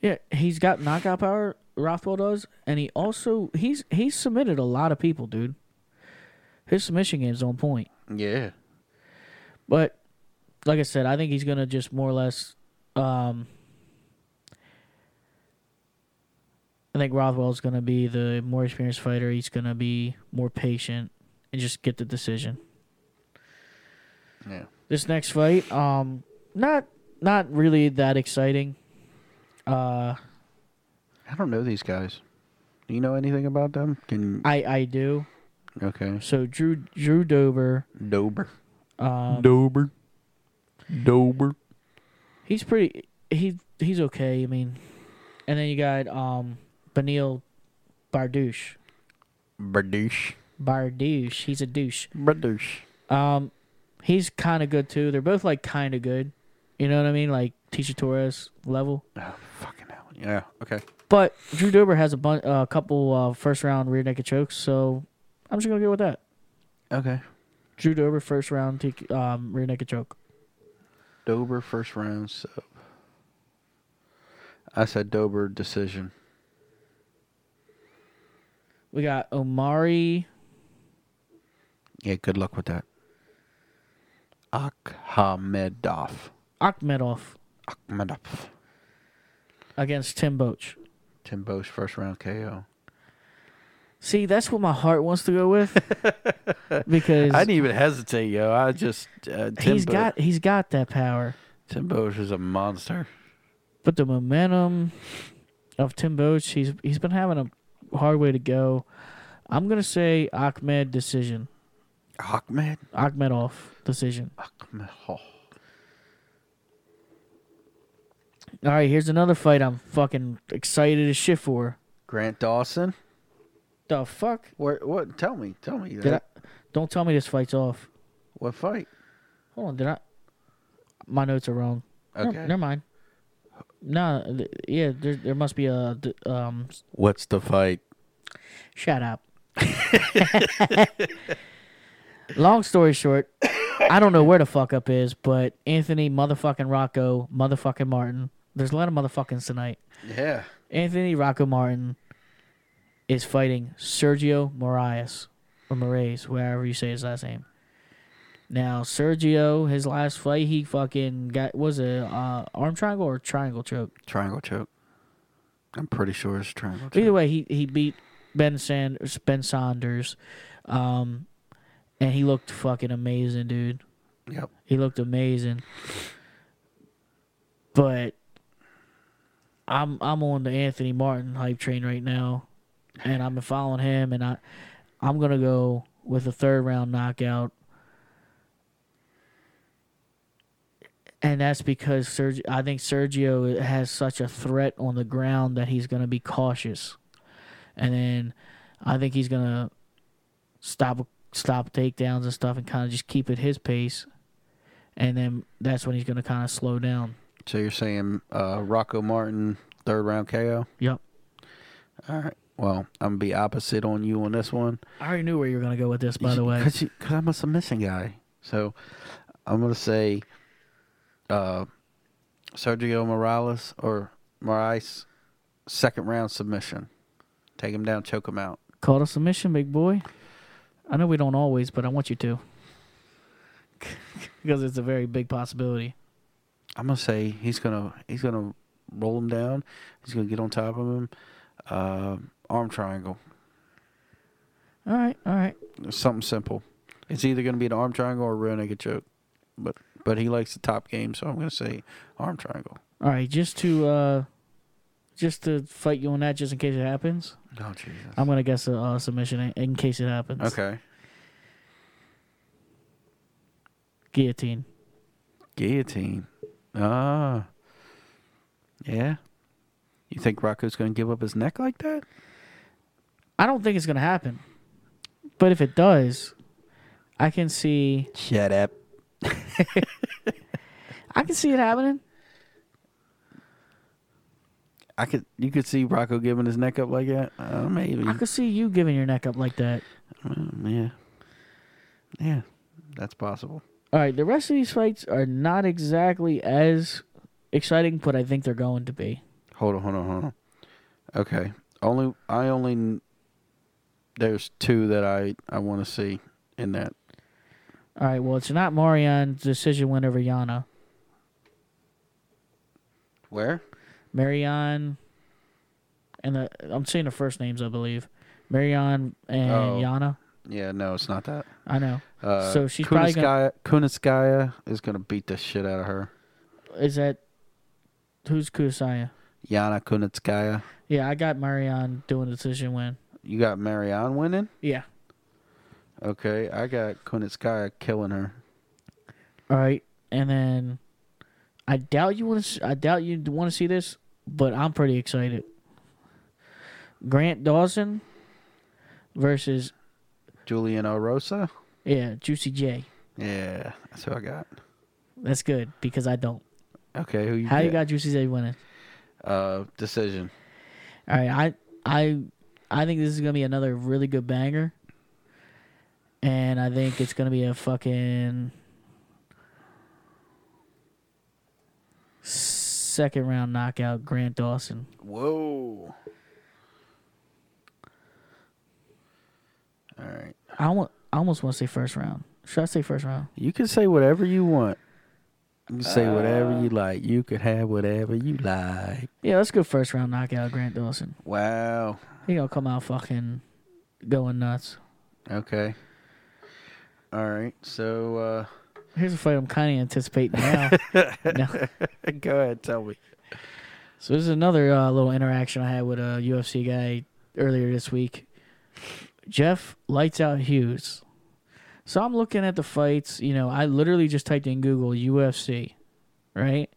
B: Yeah, he's got knockout power. Rothwell does, and he also he's he's submitted a lot of people, dude. His submission game's on point.
A: Yeah.
B: But like I said, I think he's gonna just more or less. Um, I think Rothwell's gonna be the more experienced fighter. He's gonna be more patient and just get the decision.
A: Yeah.
B: This next fight, um, not not really that exciting. Uh,
A: I don't know these guys. Do you know anything about them? Can
B: I I do.
A: okay.
B: So Drew Drew Dober,
A: Dober.
B: um,
A: Dober. Dober.
B: he's pretty. He he's okay. I mean, and then you got um Benil Bardouche.
A: Bardouche.
B: Bardouche. He's a douche.
A: Bardouche.
B: Um, He's kind of good too. They're both like kind of good. You know what I mean? Like Tisha Torres level.
A: Oh, fucking hell. Yeah. Okay.
B: But Drew Dober has a bun- a couple uh, first round rear naked chokes, so I'm just gonna go with that.
A: Okay.
B: Drew Dober first round t- um, rear naked choke.
A: Dober first round sub. I said Dober decision.
B: We got Omari.
A: Yeah, good luck with that. Akhmedov.
B: Akhmedov
A: Akhmedov.
B: against Tim Boach.
A: Tim Bosch first round KO.
B: See, that's what my heart wants to go with because
A: <laughs> I didn't even hesitate, yo. I just uh, Tim
B: he's
A: Bo-
B: got he's got that power.
A: Tim Bosch is a monster.
B: But the momentum of Tim Boach, he's he's been having a hard way to go. I'm gonna say Ahmed decision.
A: Ahmed.
B: Akhmedov decision.
A: Ahmed. Oh.
B: All right, here's another fight I'm fucking excited as shit for.
A: Grant Dawson.
B: The fuck?
A: Where? What? Tell me. Tell me. uh,
B: Did I, don't tell me this fight's off.
A: What fight?
B: Hold on, did I? My notes are wrong. Okay.
A: Okay.
B: Never, mind. No, th- yeah, there, there must be a d- um. s-
A: What's the fight?
B: Shut up. Long story short, I don't know where the fuck up is, but Anthony motherfucking Rocco motherfucking Martin. There's a lot of motherfuckings tonight.
A: Yeah.
B: Anthony Rocco Martin is fighting Sergio Moraes or Moraes, wherever you say his last name. Now Sergio, his last fight, he fucking got was a uh, arm triangle or triangle choke.
A: Triangle choke. I'm pretty sure it's triangle choke.
B: Either way, he he beat Ben Sanders, Ben Saunders, um, and he looked fucking amazing, dude.
A: Yep.
B: He looked amazing. But I'm I'm on the Anthony Martin hype train right now, and I've been following him, and I I'm gonna go with a third round knockout. And that's because Sergio, I think Sergio has such a threat on the ground that he's going to be cautious, and then I think he's going to stop stop takedowns and stuff, and kind of just keep it his pace and then that's when he's going to kind of slow down.
A: So you're saying uh, Rocco Martin third round KO?
B: Yep.
A: All right. Well, I'm gonna be opposite on you on this one.
B: I already knew where you were going to go with this, by the way.
A: because I'm a submission guy. So I'm gonna say uh, Sergio Morales or Morais second round submission. Take him down, choke him out.
B: Call it a submission, big boy. I know we don't always, but I want you to. <laughs> because it's a very big possibility.
A: I'm gonna say he's gonna he's gonna roll him down. He's gonna get on top of him. Uh, arm triangle.
B: All right, all right.
A: something simple. It's either going to be an arm triangle or a real naked choke. But but he likes the top game, so I'm going to say arm triangle.
B: All right, just to uh just to fight you on that just in case it happens.
A: Oh Jesus.
B: I'm going to guess a, uh submission in, in case it happens.
A: okay.
B: Guillotine.
A: Guillotine. Ah. Yeah. You think Rocco's going to give up his neck like that?
B: I don't think it's going to happen. But if it does, I can see
A: Shut up.
B: I can see it happening.
A: I could. You could see Rocco giving his neck up like that. Uh, maybe.
B: I could see you giving your neck up like that.
A: Mm, yeah. Yeah. That's possible.
B: All right, the rest of these fights are not exactly as exciting, but I think they're going to be.
A: Hold on. Hold on. Hold on. Okay. Only I only. There's two that I I want to see in that.
B: All right, well, it's not Marion's decision win over Yana.
A: Where?
B: Marion and the I'm saying the first names, I believe. Marion and
A: Oh.
B: Yana.
A: Yeah, no, it's not that.
B: I know.
A: Uh,
B: So she's probably
A: Kuniskaya, Kuniskaya is going to beat the shit out of her.
B: Is that who's Kusaya?
A: Yana Kunitskaya.
B: Yeah, I got Marion doing the decision win.
A: You got Marianne winning?
B: Yeah.
A: Okay, I got Kunitskaya killing her.
B: All right, and then I doubt you want to. I doubt you want to see this, but I'm pretty excited. Grant Dawson versus
A: Julian Orosa?
B: yeah Juicy J.
A: Yeah, that's who I got.
B: That's good because I don't.
A: Okay, who you
B: How you
A: got?
B: got Juicy J winning?
A: Uh, decision.
B: All right, I I I think this is gonna be another really good banger, and I think it's gonna be a fucking second round knockout. Grant Dawson.
A: Whoa. All right.
B: I want. I almost want to say first round. Should I say first round?
A: You can say whatever you want. You can say whatever
B: Uh,
A: you like. You could have whatever you like.
B: Yeah, let's go first round knockout. Grant Dawson.
A: Wow.
B: He gonna come out fucking going nuts.
A: Okay. All right. So uh
B: Here's a fight I'm kind of anticipating now. No.
A: <laughs> go ahead, tell me.
B: So this is another uh, little interaction I had with a UFC guy earlier this week. Jeff lights out Hughes. So I'm looking at the fights. You know, I literally just typed in Google UFC, right?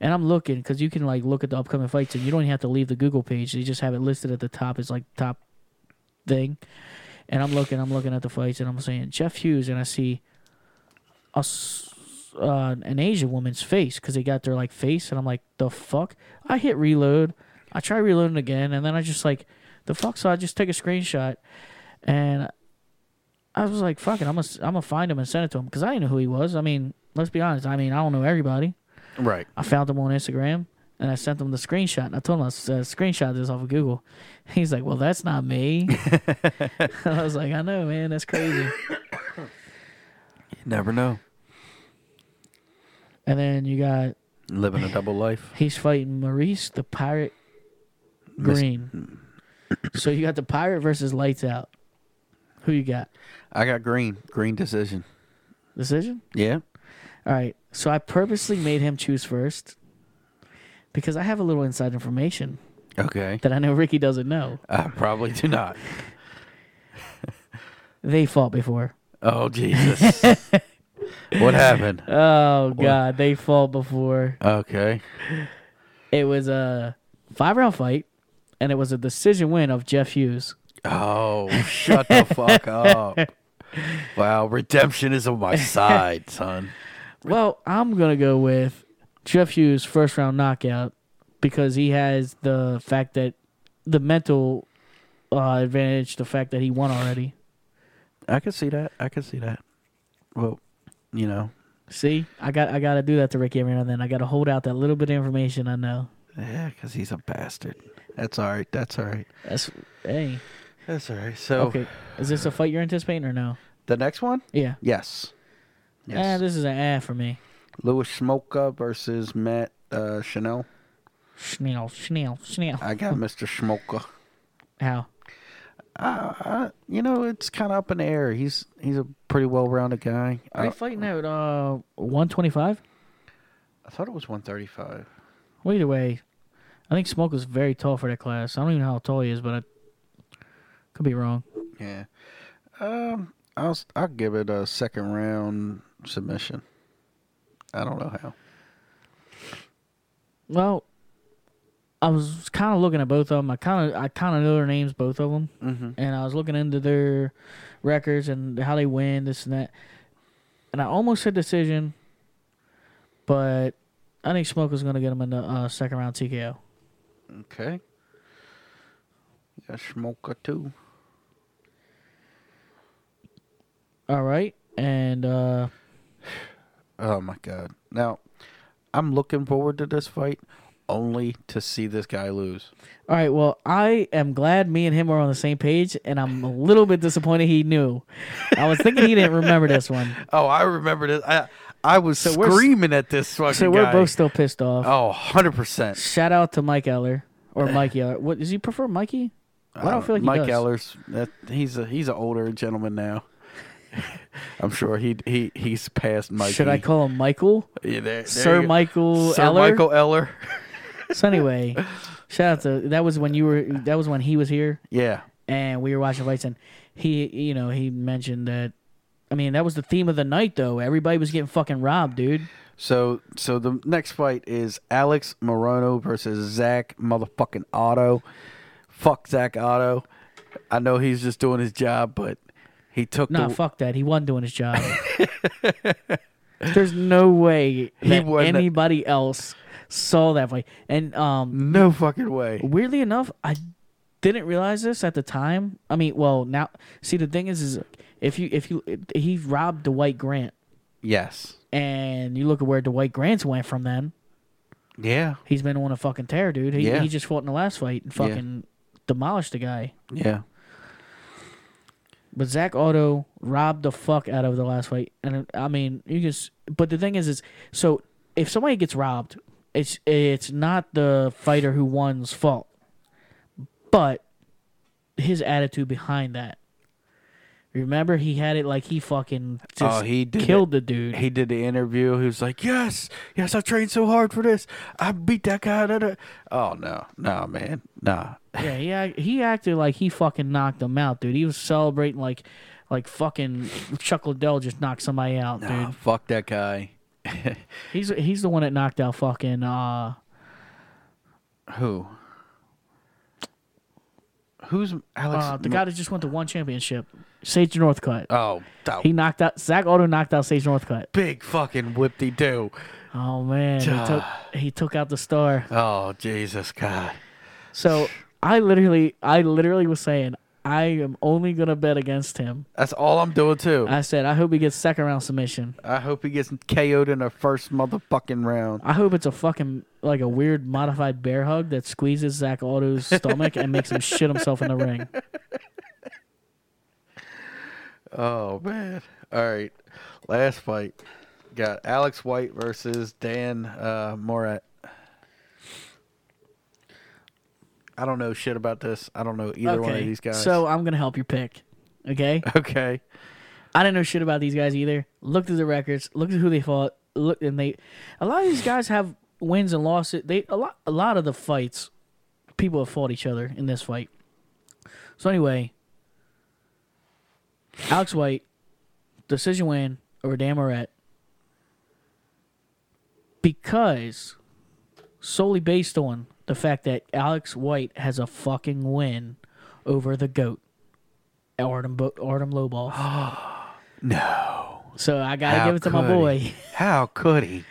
B: And I'm looking because you can like look at the upcoming fights, and you don't even have to leave the Google page. You just have it listed at the top. It's like top thing. And I'm looking, I'm looking at the fights, and I'm saying Jeff Hughes, and I see a s- uh, an Asian woman's face because they got their like face, and I'm like, the fuck. I hit reload. I try reloading again, and then I just like, the fuck. So I just take a screenshot, and I was like, fucking, I'm gonna I'm gonna find him and send it to him because I didn't know who he was. I mean, let's be honest. I mean, I don't know everybody.
A: Right.
B: I found him on Instagram and I sent him the screenshot. And I told him I s- uh, screenshot this off of Google. <laughs> He's like, "Well, that's not me." <laughs> I was like, "I know, man. That's crazy."
A: You never know.
B: And then you got
A: Living a double life.
B: he's fighting Maurice the Pirate
A: Miss-
B: Green. so you got the Pirate versus Lights Out. Who you got?
A: I got green. Green decision.
B: Decision.
A: Yeah.
B: All right. So I purposely made him choose first because I have a little inside information
A: Okay.
B: that I know Ricky doesn't know.
A: I probably do <laughs> not.
B: They fought before.
A: Oh <laughs> Jesus. what happened?
B: Oh God, they fought before.
A: Okay.
B: It was a five round fight, and it was a decision win of Jeff Hughes.
A: Oh, shut the fuck up. <laughs> Wow, redemption is on my side, son.
B: Well, I'm gonna go with Jeff Hughes first round knockout because he has the fact that the mental uh, advantage, the fact that he won already.
A: I can see that. I can see that. Well, you know,
B: See, I got I got to do that to Ricky every now and then. I got to hold out that little bit of information I know.
A: yeah, because he's a bastard. That's all right. That's all right.
B: That's hey.
A: That's all right. So
B: Okay, is this a fight you're anticipating or no?
A: the next one,
B: Yeah.
A: yes,
B: Ah,
A: yes,
B: this is an ah for me.
A: Louis Smoka versus Matt uh, Chanel.
B: Schnell, schnell, schnell.
A: I got Mr. Smoka.
B: How?
A: Uh, uh, you know, it's kind of up in the air. He's he's a pretty well-rounded guy.
B: Are
A: I,
B: you fighting out uh one twenty five?
A: I thought it was 135.
B: Well, either way, I think Smoke was very tall for that class. I don't even know how tall he is, but I could be wrong.
A: Yeah. Um, I'll s- I'll give it a second round submission. I don't know how.
B: Well, I was kind of looking at both of them. I kind of I kind of know their names, both of them,
A: Mm-hmm.
B: and I was looking into their records and how they win this and that. And I almost said decision, but I think Smoke was going to get him in the uh, second round TKO.
A: Okay. You got Smoker too.
B: All right, and uh,
A: Oh my god. Now, I'm looking forward to this fight only to see this guy lose.
B: All right. Well, I am glad me and him are on the same page, and I'm a little bit disappointed he knew. I was thinking he didn't remember this one,
A: Oh, I remember this. I I was
B: So we're s-
A: screaming at this <laughs> fucking
B: so we're
A: guy.
B: both still pissed off.
A: Oh, 100%.
B: Shout out to Mike Eller or Mike Eller. What does he prefer, Mikey? I don't feel like he
A: Mike
B: does.
A: Eller's that he's a he's an older gentleman now. <laughs> I'm sure he he he's past Mike. E.
B: Should I call him Michael,
A: Yeah, there- there
B: Sir
A: you go.
B: Michael
A: Sir
B: Eller?
A: Michael Eller. <laughs>
B: So anyway, shout out to that was when you were that was when he was here
A: Yeah.
B: and we were watching fights, and he you know he mentioned that. I mean, that was the theme of the night, though. Everybody was getting fucking robbed, dude.
A: So so the next fight is Alex Morono versus Zach motherfucking Otto. Fuck Zach Otto. I know he's just doing his job, but He took
B: Nah,
A: the
B: fuck that. He wasn't doing his job. <laughs> There's no way
A: He
B: that
A: wasn't-
B: anybody else saw that fight. And um,
A: no fucking way.
B: weirdly enough, I didn't realize this at the time. I mean, well, now see the thing is, is if you if you he robbed Dwight Grant,
A: Yes.
B: and you look at where Dwight Grant's went from then,
A: Yeah.
B: he's been on a fucking tear, dude. He,
A: Yeah.
B: he just fought in the last fight and
A: Yeah.
B: fucking demolished the guy.
A: Yeah.
B: But Zach Otto robbed the fuck out of the last fight, and I mean, you just. But the thing is, is so if somebody gets robbed, it's it's not the fighter who won's fault, but his attitude behind that. Remember, he had it like he fucking just
A: oh, he did.
B: killed the
A: <laughs>
B: dude.
A: He did the interview. He was like, "Yes, yes, I trained so hard for this. I beat that guy." Da, da. Oh no, no, man, nah.
B: yeah, he act, he acted like he fucking knocked him out, dude. He was celebrating like like fucking Chuck Liddell just knocked somebody out, dude.
A: Nah, fuck that guy.
B: He's he's the one that knocked out fucking uh
A: Who? Who's Alex?
B: Uh, the
A: M-
B: guy that just went to one championship, Sage Northcutt.
A: Oh, oh,
B: he knocked out Zach Otto knocked out Sage Northcutt.
A: big fucking whoopty doo.
B: Oh man, he took he took out the star.
A: Oh Jesus God.
B: So I literally I literally was saying I am only gonna bet against him.
A: That's all I'm doing too.
B: I said I hope he gets second round submission.
A: I hope he gets KO'd in the first motherfucking round.
B: I hope it's a fucking like a weird modified bear hug that squeezes Zach Otto's stomach and makes him shit himself in the ring.
A: Oh man. All right. Last fight. Got Alex White versus Dan uh, Morat. I don't know shit about this. I don't know <laughs> either
B: okay,
A: one of these guys.
B: so I'm gonna help your pick. Okay.
A: <laughs> okay.
B: I didn't know shit about these guys either. Looked at the records, looked at who they fought, looked and they a lot of these guys have wins and losses. They a lot a lot of the fights people have fought each other in this fight. So anyway, Alex White decision win over Dan Moret because solely based on the fact that Alex White has a fucking win over the goat Artem Bo- Artem Lobov.
A: No.
B: So I gotta
A: How
B: give it to my
A: could he?
B: boy. <laughs>
A: How could he?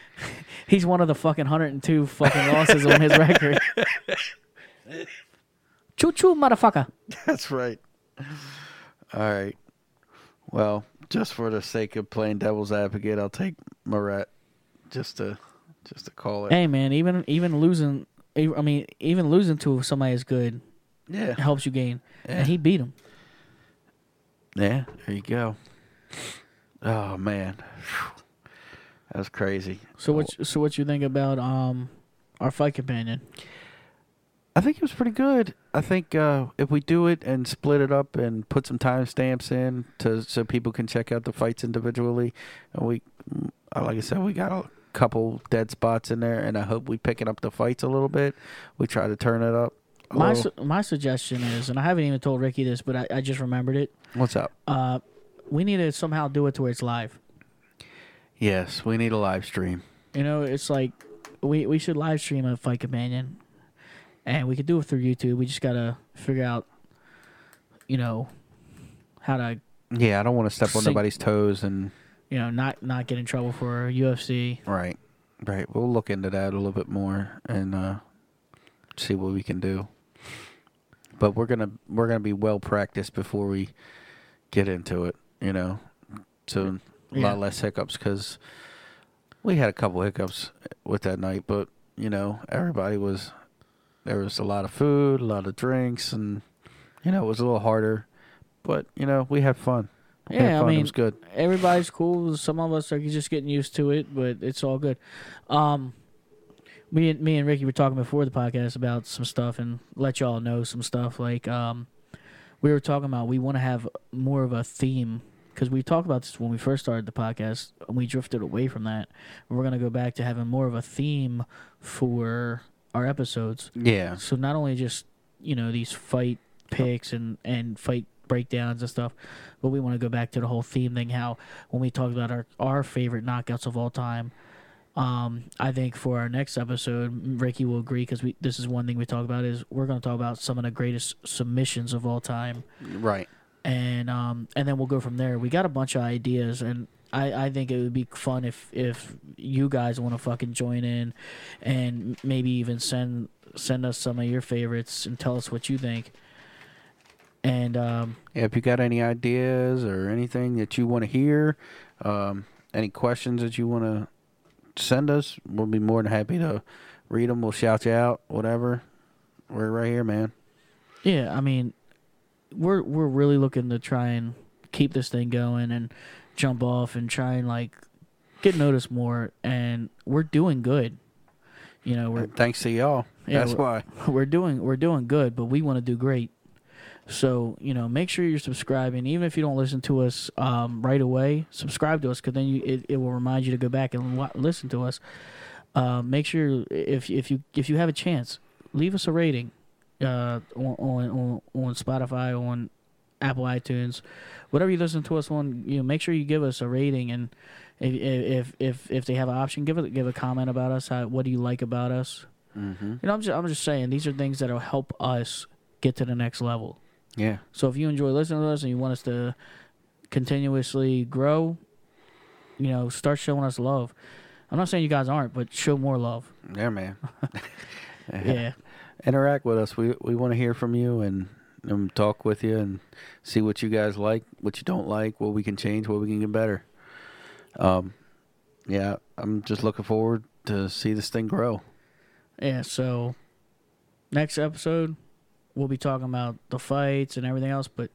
B: He's one of the fucking 102 fucking losses
A: <laughs>
B: on his record. Choo choo, motherfucker.
A: <laughs> That's right. All right. Well, just for the sake of playing devil's advocate, I'll take Morat just to just to call it.
B: Hey man, even even losing, e, I mean, even losing to somebody is good
A: yeah.
B: helps you gain,
A: Yeah.
B: and he beat him.
A: Yeah, there you go. Oh man, that was crazy.
B: So
A: Oh.
B: what? So what you think about um our fight companion?
A: I think it was pretty good. I think uh, if we do it and split it up and put some timestamps in to so people can check out the fights individually, and we, uh, like I said, we got a couple dead spots in there, and I hope we picking up the fights a little bit. We try to turn it up. a
B: My
A: little.
B: su- my suggestion is, and I haven't even told Ricky this, but I, I just remembered it.
A: What's up?
B: Uh, we need to somehow do it to where it's live.
A: Yes, we need a live stream.
B: You know, it's like we we should live stream a fight companion, and we could do it through YouTube. We just gotta figure out, you know, how to
A: Yeah, I don't want to step on
B: Sing-
A: nobody's toes and
B: you know not not get in trouble for UFC.
A: Right. Right. We'll look into that a little bit more and uh see what we can do. But we're gonna we're gonna be well practiced before we get into it, you know. So a
B: Yeah.
A: lot less hiccups because we had a couple hiccups with that night, but you know everybody was there was a lot of food, a lot of drinks, and you know it was a little harder. But you know we had fun. We had
B: Yeah, I
A: fun. it
B: mean-
A: was good.
B: Everybody's cool. Some of us are just getting used to it, but it's all good. Um, me and me and Ricky were talking before the podcast about some stuff and let y'all know some stuff. Like um, we were talking about we want to have more of a theme because we talked about this when we first started the podcast and we drifted away from that. We're gonna go back to having more of a theme for our episodes.
A: Yeah.
B: So not only just you know these fight picks and and fight breakdowns and stuff, but we want to go back to the whole theme thing. How when we talk about our our favorite knockouts of all time, um, I think for our next episode, Ricky will agree because we this is one thing we talk about is we're going to talk about some of the greatest submissions of all time.
A: Right.
B: and um and then we'll go from there. We got a bunch of ideas and I, I think it would be fun if if you guys want to fucking join in and maybe even send send us some of your favorites and tell us what you think. And um
A: Yeah, if you got any ideas or anything that you want to hear, um, any questions that you want to send us, we'll be more than happy to read them. We'll shout you out, whatever. We're right here, man.
B: Yeah, I mean, we're we're really looking to try and keep this thing going and jump off and try and like get noticed more, and we're doing good. You know, we're
A: And Thanks to y'all.
B: Yeah,
A: That's
B: we're-
A: why.
B: <laughs> we're doing we're doing good, but we want to do great. So you know, make sure you're subscribing, even if you don't listen to us um, right away. Subscribe to us, because then you, it, it will remind you to go back and wa listen to us. Uh, make sure if if you if you have a chance, leave us a rating uh, on, on on on Spotify, on Apple iTunes, whatever you listen to us on. You know, make sure you give us a rating, and if if if, if they have an option, give it give a comment about us. How, what do you like about us?
A: hmm
B: You know, I'm just, I'm just saying these are things that'll help us get to the next level.
A: Yeah.
B: So if you enjoy listening to us and you want us to continuously grow, you know, start showing us love. I'm not saying you guys aren't, but show more love.
A: Yeah, man.
B: <laughs>
A: <laughs>
B: Yeah.
A: Interact with us. We we want to hear from you and, and talk with you and see what you guys like, what you don't like, what we can change, what we can get better. Um, yeah, I'm just looking forward to see this thing grow.
B: Yeah. So next episode, we'll be talking about the fights and everything else, but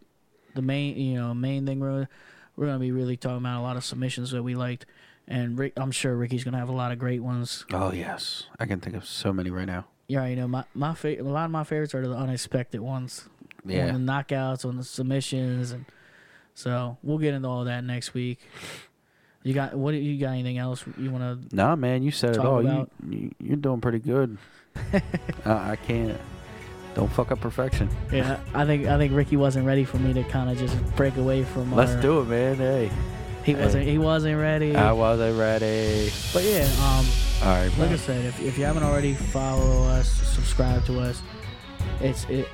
B: the main, you know, main thing we're, we're going to be really talking about a lot of submissions that we liked. And Rick, I'm sure Ricky's going to have a lot of great ones
A: Oh yes, I can think of so many right now.
B: you already know my my fa- a lot of my favorites are the unexpected ones.
A: Yeah,
B: On the knockouts, on the submissions, and so we'll get into all that next week. You got what? do- You got anything else you want to?
A: nah, man, you said it
B: Talk
A: all. You,
B: about-
A: you you're doing pretty
B: <laughs>
A: good. uh, I can't. Don't fuck up perfection.
B: Yeah, I think I think Ricky wasn't ready for me to kind of just break away from.
A: Let's
B: our-
A: do it, man. Hey,
B: He wasn't. He wasn't ready.
A: I wasn't ready.
B: but yeah, um,
A: All right, bro.
B: like I said, if, if you haven't already, follow us, subscribe to us. It's it.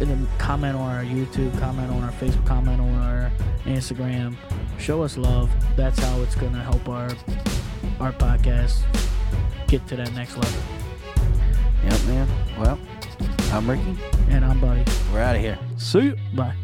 B: And then comment on our YouTube, comment on our Facebook, comment on our Instagram. Show us love. That's how it's gonna help our our podcast get to that next level.
A: Yep, man. Well, I'm Ricky.
B: And I'm Buddy.
A: We're out of here. See you.
B: Bye.